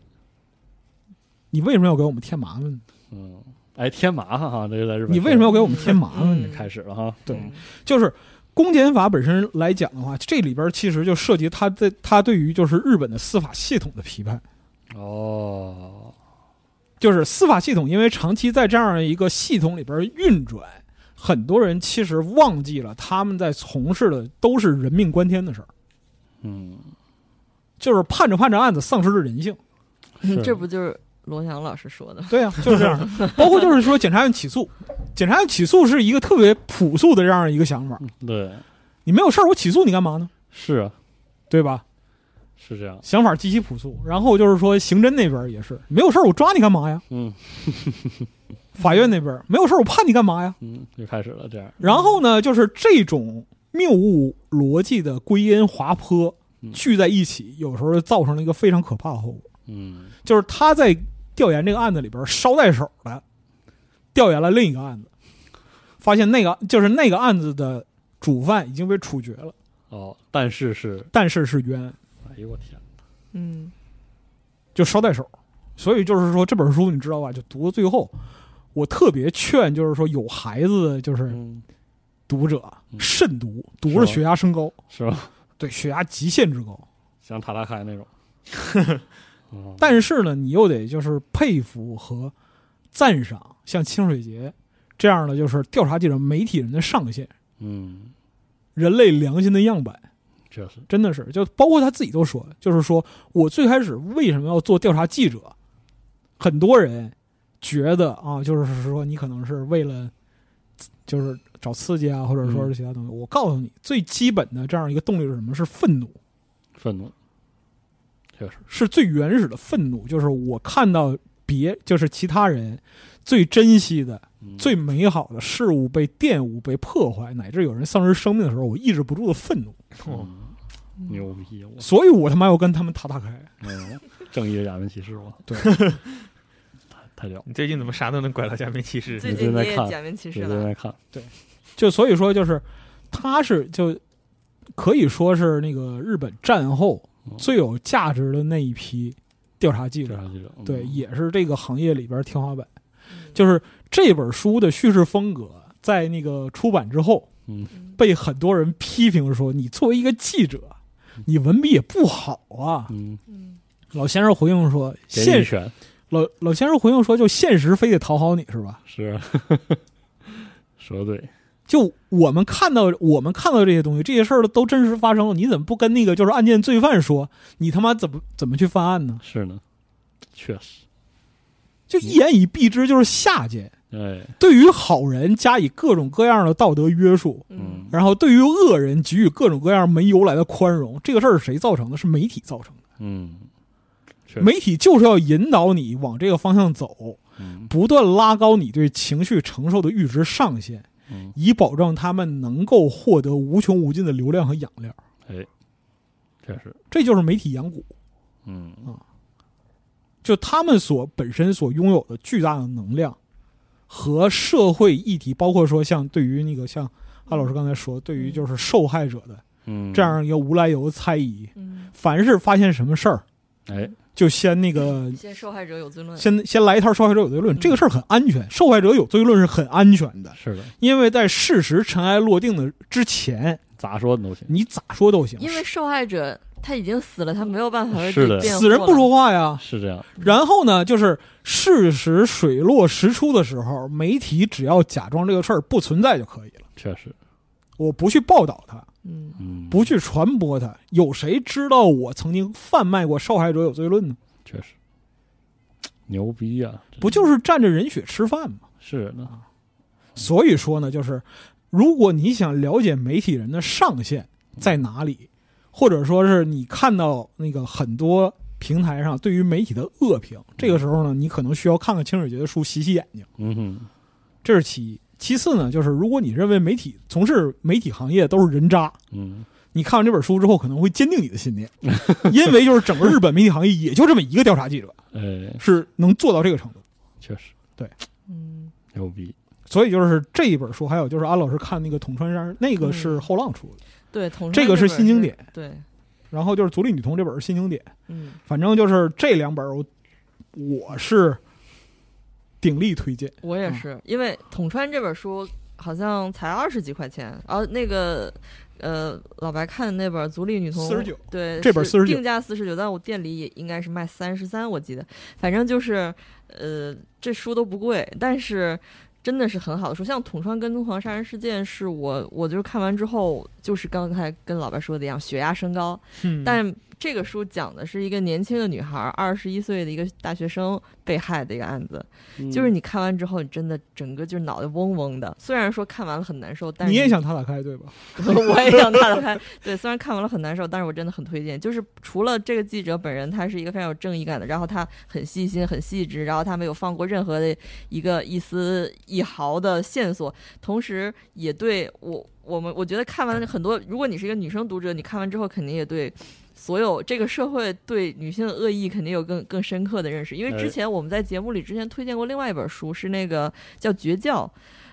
你为什么要给我们添麻烦呢？嗯哎添麻烦哈这个在日本你为什么要给我们添麻烦呢？嗯开始了哈对嗯就是公检法本身来讲的话，这里边其实就涉及他对他对于就是日本的司法系统的批判。哦就是司法系统，因为长期在这样一个系统里边运转，很多人其实忘记了他们在从事的都是人命关天的事儿，嗯就是盼着盼着案子丧失了人性。[laughs] 是这不就是罗翔老师说的。对呀、就是这样的。包括就是说，检察院起诉，检察院起诉是一个特别朴素的这样一个想法。对，你没有事儿，我起诉你干嘛呢？是啊，对吧？是这样，想法极其朴素。然后就是说，刑侦那边也是没有事儿，我抓你干嘛呀？嗯法院那边没有事儿，我判你干嘛呀？嗯，又开始了这样，然后呢，就是这种谬误逻辑的归因滑坡嗯聚在一起，有时候造成了一个非常可怕的后果，嗯就是他在调研这个案子里边捎带手的调研了另一个案子，发现那个就是那个案子的主犯已经被处决了，哦，但是是，但是是冤案，哎呦我天，嗯就捎带手。所以就是说这本书你知道吧？就读到最后，我特别劝就是说有孩子的就是嗯，读者嗯慎读，读是吧着血压升高，是吧？对血压极限之高。像塔拉开 [laughs] 那种，哦但是呢，你又得就是佩服和赞赏像清水节这样的就是呃调查记者、媒体人的上限，嗯，人类良心的样板，这是，真的是就包括他自己都说，就是说我最开始为什么要做调查记者？很多人觉得啊，就是说你可能是为了就是找刺激啊，或者说是其他东西。我告诉你，最基本的这样一个动力是什么？是愤怒。愤怒，这个是，是最原始的愤怒，就是我看到别就是其他人最珍惜的、嗯最美好的事物被玷污、被破坏，乃至有人丧失生命的时候，我抑制不住的愤怒，哦哦嗯牛逼，我，所以我他妈要跟他们打打开。嗯，正义的假面骑士，我，对， [laughs] 太太屌了，你最近怎么啥都能拐到假面骑士？最你近在你也看假面骑士有了人，在看，就所以说，就是他是就可以说是那个日本战后嗯最有价值的那一批调查记调者，查记者，嗯对，也是这个行业里边天花板。嗯就是这本书的叙事风格，在那个出版之后，嗯被很多人批评说，你作为一个记者，你文笔也不好啊。嗯，嗯老先生回应说，给你一现拳，老老先生回应说，就现实非得讨好你是吧？是， [laughs] 说的对，就我们看到我们看到这些东西，这些事儿都真实发生了，你怎么不跟那个就是案件罪犯说，你他妈怎么怎么去犯案呢？是呢，确实，就一言以蔽之，就是下贱。哎，对于好人加以各种各样的道德约束，嗯嗯然后对于恶人给予各种各样没由来的宽容，这个事儿是谁造成的？是媒体造成的。嗯，确实，媒体就是要引导你往这个方向走，嗯不断拉高你对情绪承受的阈值上限，嗯，以保证他们能够获得无穷无尽的流量和养料。确实，这就是媒体养股，嗯就他们所本身所拥有的巨大的能量和社会议题，包括说像对于那个像阿老师刚才说，对于就是受害者的嗯，这，样一个无来由的猜疑，嗯，凡是发现什么事儿，哎，就先那个现在受害者有罪论，先先来一套受害者有罪论，这个事儿很安全，受害者有罪论是很安全的，是的，因为在事实尘埃落定的之前，咋说的都行，你咋说都行。因为受害者他已经死了，他没有办法为是自的己辩护死人不了说话呀。是这样，然后呢，就是事实水落石出的时候，媒体只要假装这个事儿不存在就可以了，确实，我不去报道它，嗯嗯，不，去传播它。有谁知道我曾经贩卖过受害者有罪论呢？确实，牛逼呀，真不啊就是蘸着人血吃饭吗？是呢，所以说呢，就是如果你想了解媒体人的上限在哪里，或者说是你看到那个很多平台上对于媒体的恶评，这个时候呢，你可能需要看看清水节的书洗洗眼睛，嗯哼，这是其一。其次呢，就是如果你认为媒体从事媒体行业都是人渣，嗯， [laughs] 你看完这本书之后可能会坚定你的信念，因为就是整个日本媒体行业也就这么一个调查记者哎， [laughs] 是能做到这个程度。确实嗯牛逼，所以就是这一本书，还有就是安老师看那个统川山，那个是后浪出的。对，同这川个这是本新经典，对，然后就是《足力女童》这本是新经典，嗯反正就是这两本我我是鼎力推荐。我也是，因为统川这本书好像才二十几块钱，然后那个呃老白看的那本《足力女童》 49，对，这本是49定价四十九，但我店里也应该是卖三十三，我记得，反正就是呃这书都不贵，但是。真的是很好的书，像《统川跟踪狂杀人事件》是我，我就是看完之后，就是刚才跟老白说的一样，血压升高，嗯但这个书讲的是一个年轻的女孩，二十一岁的一个大学生被害的一个案子。嗯嗯就是你看完之后，你真的整个就是脑袋嗡嗡的。虽然说看完了很难受，但是你也想他打开对吧？我也想看了看。对，虽然看完了很难受，但是我真的很推荐。就是除了这个记者本人，他是一个非常有正义感的，然后他很细心、很细致，然后他没有放过任何的一个一丝一毫的线索，同时也对我我们我觉得看完很多，如果你是一个女生读者，你看完之后肯定也对。所有这个社会对女性的恶意肯定有更更深刻的认识，因为之前我们在节目里之前推荐过另外一本书，是那个叫《绝教》，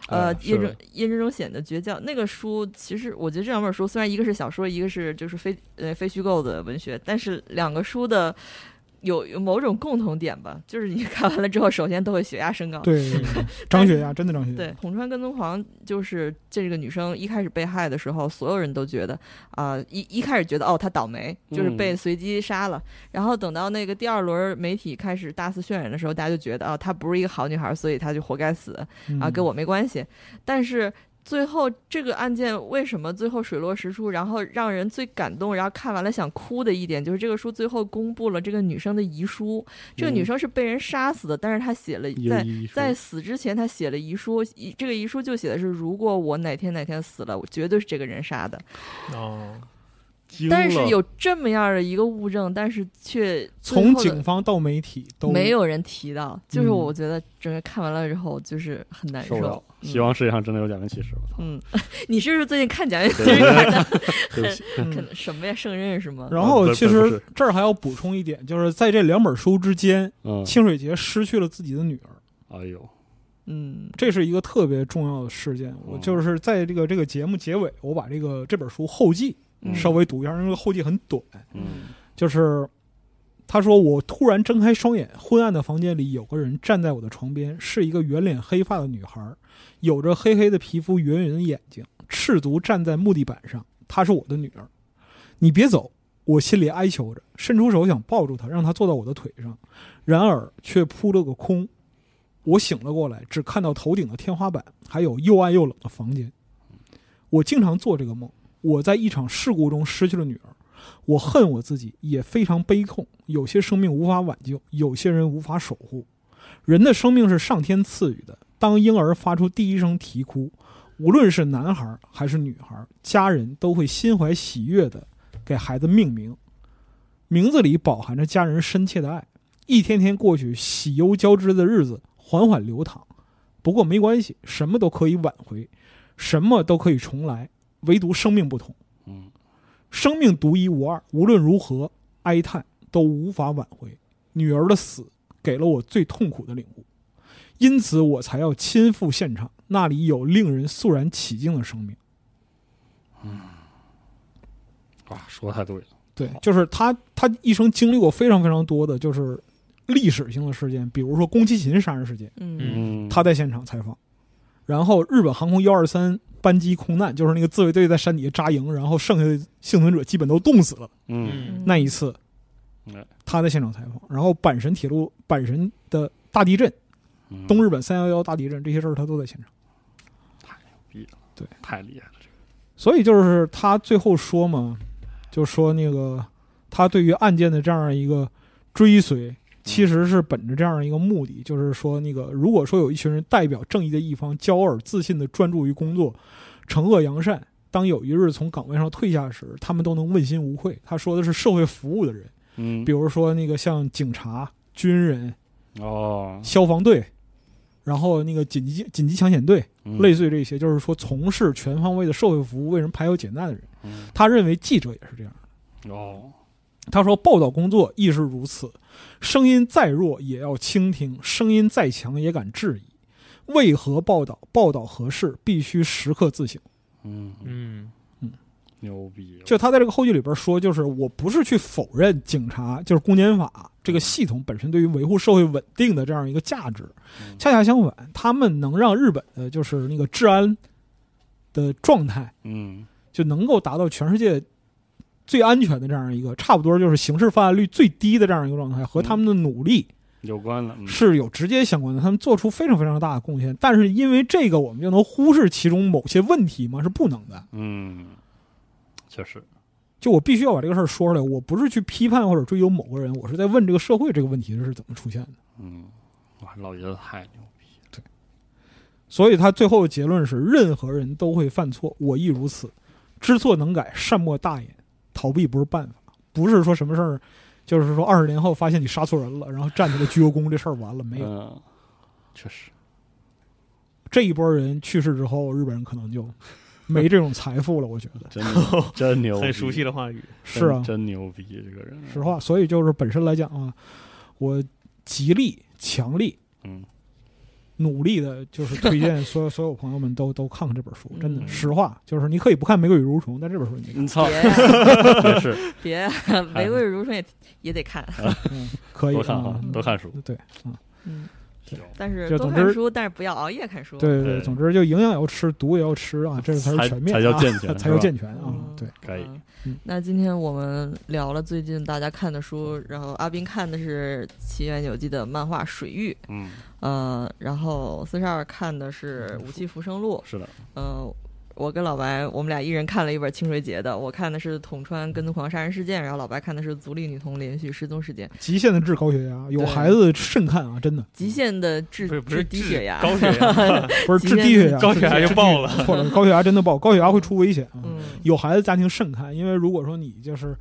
呃，啊是叶正叶真中显的《绝教》那个书，其实我觉得这两本书虽然一个是小说，一个是就是非呃非虚构的文学，但是两个书的有有某种共同点吧，就是你 [laughs] 看完了之后，首先都会血压升高。 [laughs] 对，张雪亚啊真的张雪亚，啊对，《红川跟踪狂》就是这个女生一开始被害的时候，所有人都觉得啊、一一开始觉得哦，她倒霉，就是被随机杀了。然后等到那个第二轮媒体开始大肆渲染的时候，大家就觉得啊、她不是一个好女孩，所以她就活该死嗯啊，跟我没关系。但是最后这个案件为什么最后水落石出，然后让人最感动，然后看完了想哭的一点，就是这个书最后公布了这个女生的遗书。这个嗯女生是被人杀死的，但是她写了在在死之前，他写了遗书，遗这个遗书就写的是，如果我哪天哪天死了，我绝对是这个人杀的。哦，但是有这么样的一个物证，但是却最从后的警方到媒体都没有人提到，就是嗯我觉得整个看完了之后就是很难受不了受。。希望世界上真的有假面骑士，我操！嗯，你是不是最近看蒋介石对看的对不起，嗯可能什么呀圣刃是吗？然后哦不是其不实是这儿还要补充一点，就是在这两本书之间，嗯，清水节失去了自己的女儿，哎呦，嗯这是一个特别重要的事件。哦我就是在这个这个节目结尾，我把这个这本书后记嗯稍微读一下，因为后记很短。嗯就是他说我突然睁开双眼，昏暗的房间里有个人站在我的床边，是一个圆脸黑发的女孩，有着黑黑的皮肤，圆圆的眼睛，赤足站在木地板上。她是我的女儿，你别走。我心里哀求着，伸出手想抱住她，让她坐到我的腿上，然而却扑了个空。我醒了过来，只看到头顶的天花板，还有又暗又冷的房间。我经常做这个梦，我在一场事故中失去了女儿，我恨我自己，也非常悲痛。有些生命无法挽救，有些人无法守护。人的生命是上天赐予的。当婴儿发出第一声啼哭，无论是男孩还是女孩，家人都会心怀喜悦的给孩子命名，名字里饱含着家人深切的爱。一天天过去，喜忧交织的日子缓缓流淌。不过没关系，什么都可以挽回，什么都可以重来，唯独生命不同。嗯，生命独一无二，无论如何哀叹都无法挽回。女儿的死给了我最痛苦的领悟，因此我才要亲赴现场，那里有令人肃然起敬的生命。哇，说的太对了，对，就是他，他一生经历过非常非常多的就是历史性的事件，比如说宫崎勤杀人事件，嗯嗯嗯，他在现场采访。然后日本航空幺二三班机空难，就是那个自卫队在山底下扎营，然后剩下的幸存者基本都冻死了。嗯那一次哎，他在现场采访。然后阪神铁路、阪神的大地震、嗯东日本三幺幺大地震这些事儿，他都在现场。太厉害了，这个所以就是他最后说嘛，就说那个他对于案件的这样一个追随，其实是本着这样一个目的，就是说那个如果说有一群人代表正义的一方，骄傲而自信地专注于工作，惩恶扬善，当有一日从岗位上退下时，他们都能问心无愧。他说的是社会服务的人，嗯，比如说那个像警察、军人、哦，消防队，然后那个紧急紧急抢险队，嗯类似于这些，就是说从事全方位的社会服务、为人排忧解难的人。嗯他认为记者也是这样。哦，他说，报道工作亦是如此，声音再弱也要倾听，声音再强也敢质疑。为何报道？报道何事？必须时刻自省。嗯，嗯牛逼，就他在这个后记里边说，就是我不是去否认警察，就是公检法这个系统本身对于维护社会稳定的这样一个价值，嗯恰恰相反，他们能让日本的就是那个治安的状态嗯就能够达到全世界最安全的这样一个，差不多就是刑事犯案率最低的这样一个状态，和他们的努力有关了，嗯是有直接相关的。他们做出非常非常大的贡献，但是因为这个，我们就能忽视其中某些问题吗？是不能的。嗯，确实，就我必须要把这个事儿说出来，我不是去批判或者追究某个人，我是在问这个社会这个问题是怎么出现的。嗯，哇，老爷子太牛逼了，所以他最后结论是：任何人都会犯错，我亦如此。知错能改，善莫大焉。逃避不是办法，不是说什么事儿，就是说二十年后发现你杀错人了，然后站起来鞠个躬，这事儿完了没有？有，嗯确 [laughs] 实，这一波人去世之后，日本人可能就没这种财富了。我觉得真牛真牛，很熟悉，的话语。真是啊，真牛逼，这个人，实话。所以就是本身来讲啊，我极力、强力、嗯，努力的，就是推荐所有 [laughs] 所有朋友们都都看看这本书。真的，嗯实话就是你可以不看《玫瑰与蠕虫》，但这本书你得看 [laughs] 你嗯操，别也是， [laughs] 别，玫瑰如春也也得看，嗯，可以多看啊哈，，多看书，对，嗯，嗯行，但是就多总看之书，但是不要熬夜看书。对啊对对，总之就营养也要吃，毒也要吃啊，这才才是全面啊，才叫健 [laughs] 全才叫是吧健全啊嗯，对，可以，嗯嗯那今天我们聊了最近大家看的书，然后阿斌看的是《奇缘游记》的漫画《水域》，嗯，呃，然后四十二看的是《武嗯器浮生录》，是的，呃，我跟老白我们俩一人看了一本清水节的，我看的是《捅川跟踪狂杀人事件》，然后老白看的是《足利女童连续失踪事件》，极限的治高血压，有对孩子慎看啊，真的极限的治嗯不是不是治低血压，高血压，不是极治限低血压，高血压就爆了。错了，高血压真的爆，高血压会出危险啊。嗯，有孩子家庭慎看，因为如果说你就是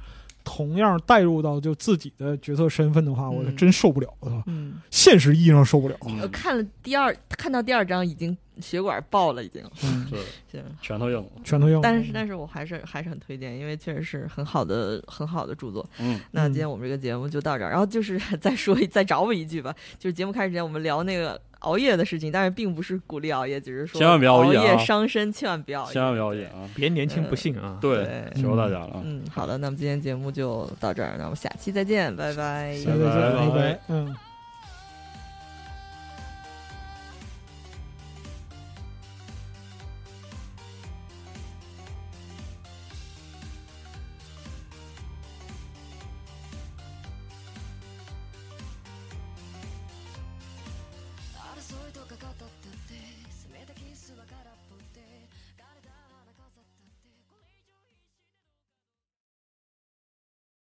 同样带入到就自己的角色身份的话，我嗯真受不了啊，嗯，现实意义上受不了。我嗯，看了第二，看到第二章已经血管爆了，已经 [laughs] 嗯，是的是。拳头硬了，全都要。但是，但是我还是还是很推荐，因为确实是很好的很好的著作。嗯，那今天我们这个节目就到这儿，然后就是 [laughs] 再说一再找我们一句吧，就是节目开始前我们聊那个熬夜的事情，但是并不是鼓励熬夜，只是说千万别熬熬夜啊伤身，千万不要熬夜千万不要演啊，别年轻不信啊！对，对嗯求求大家了啊，嗯，好的，那么今天节目就到这儿，那我们下期再见，拜拜。行对对对拜拜对，嗯。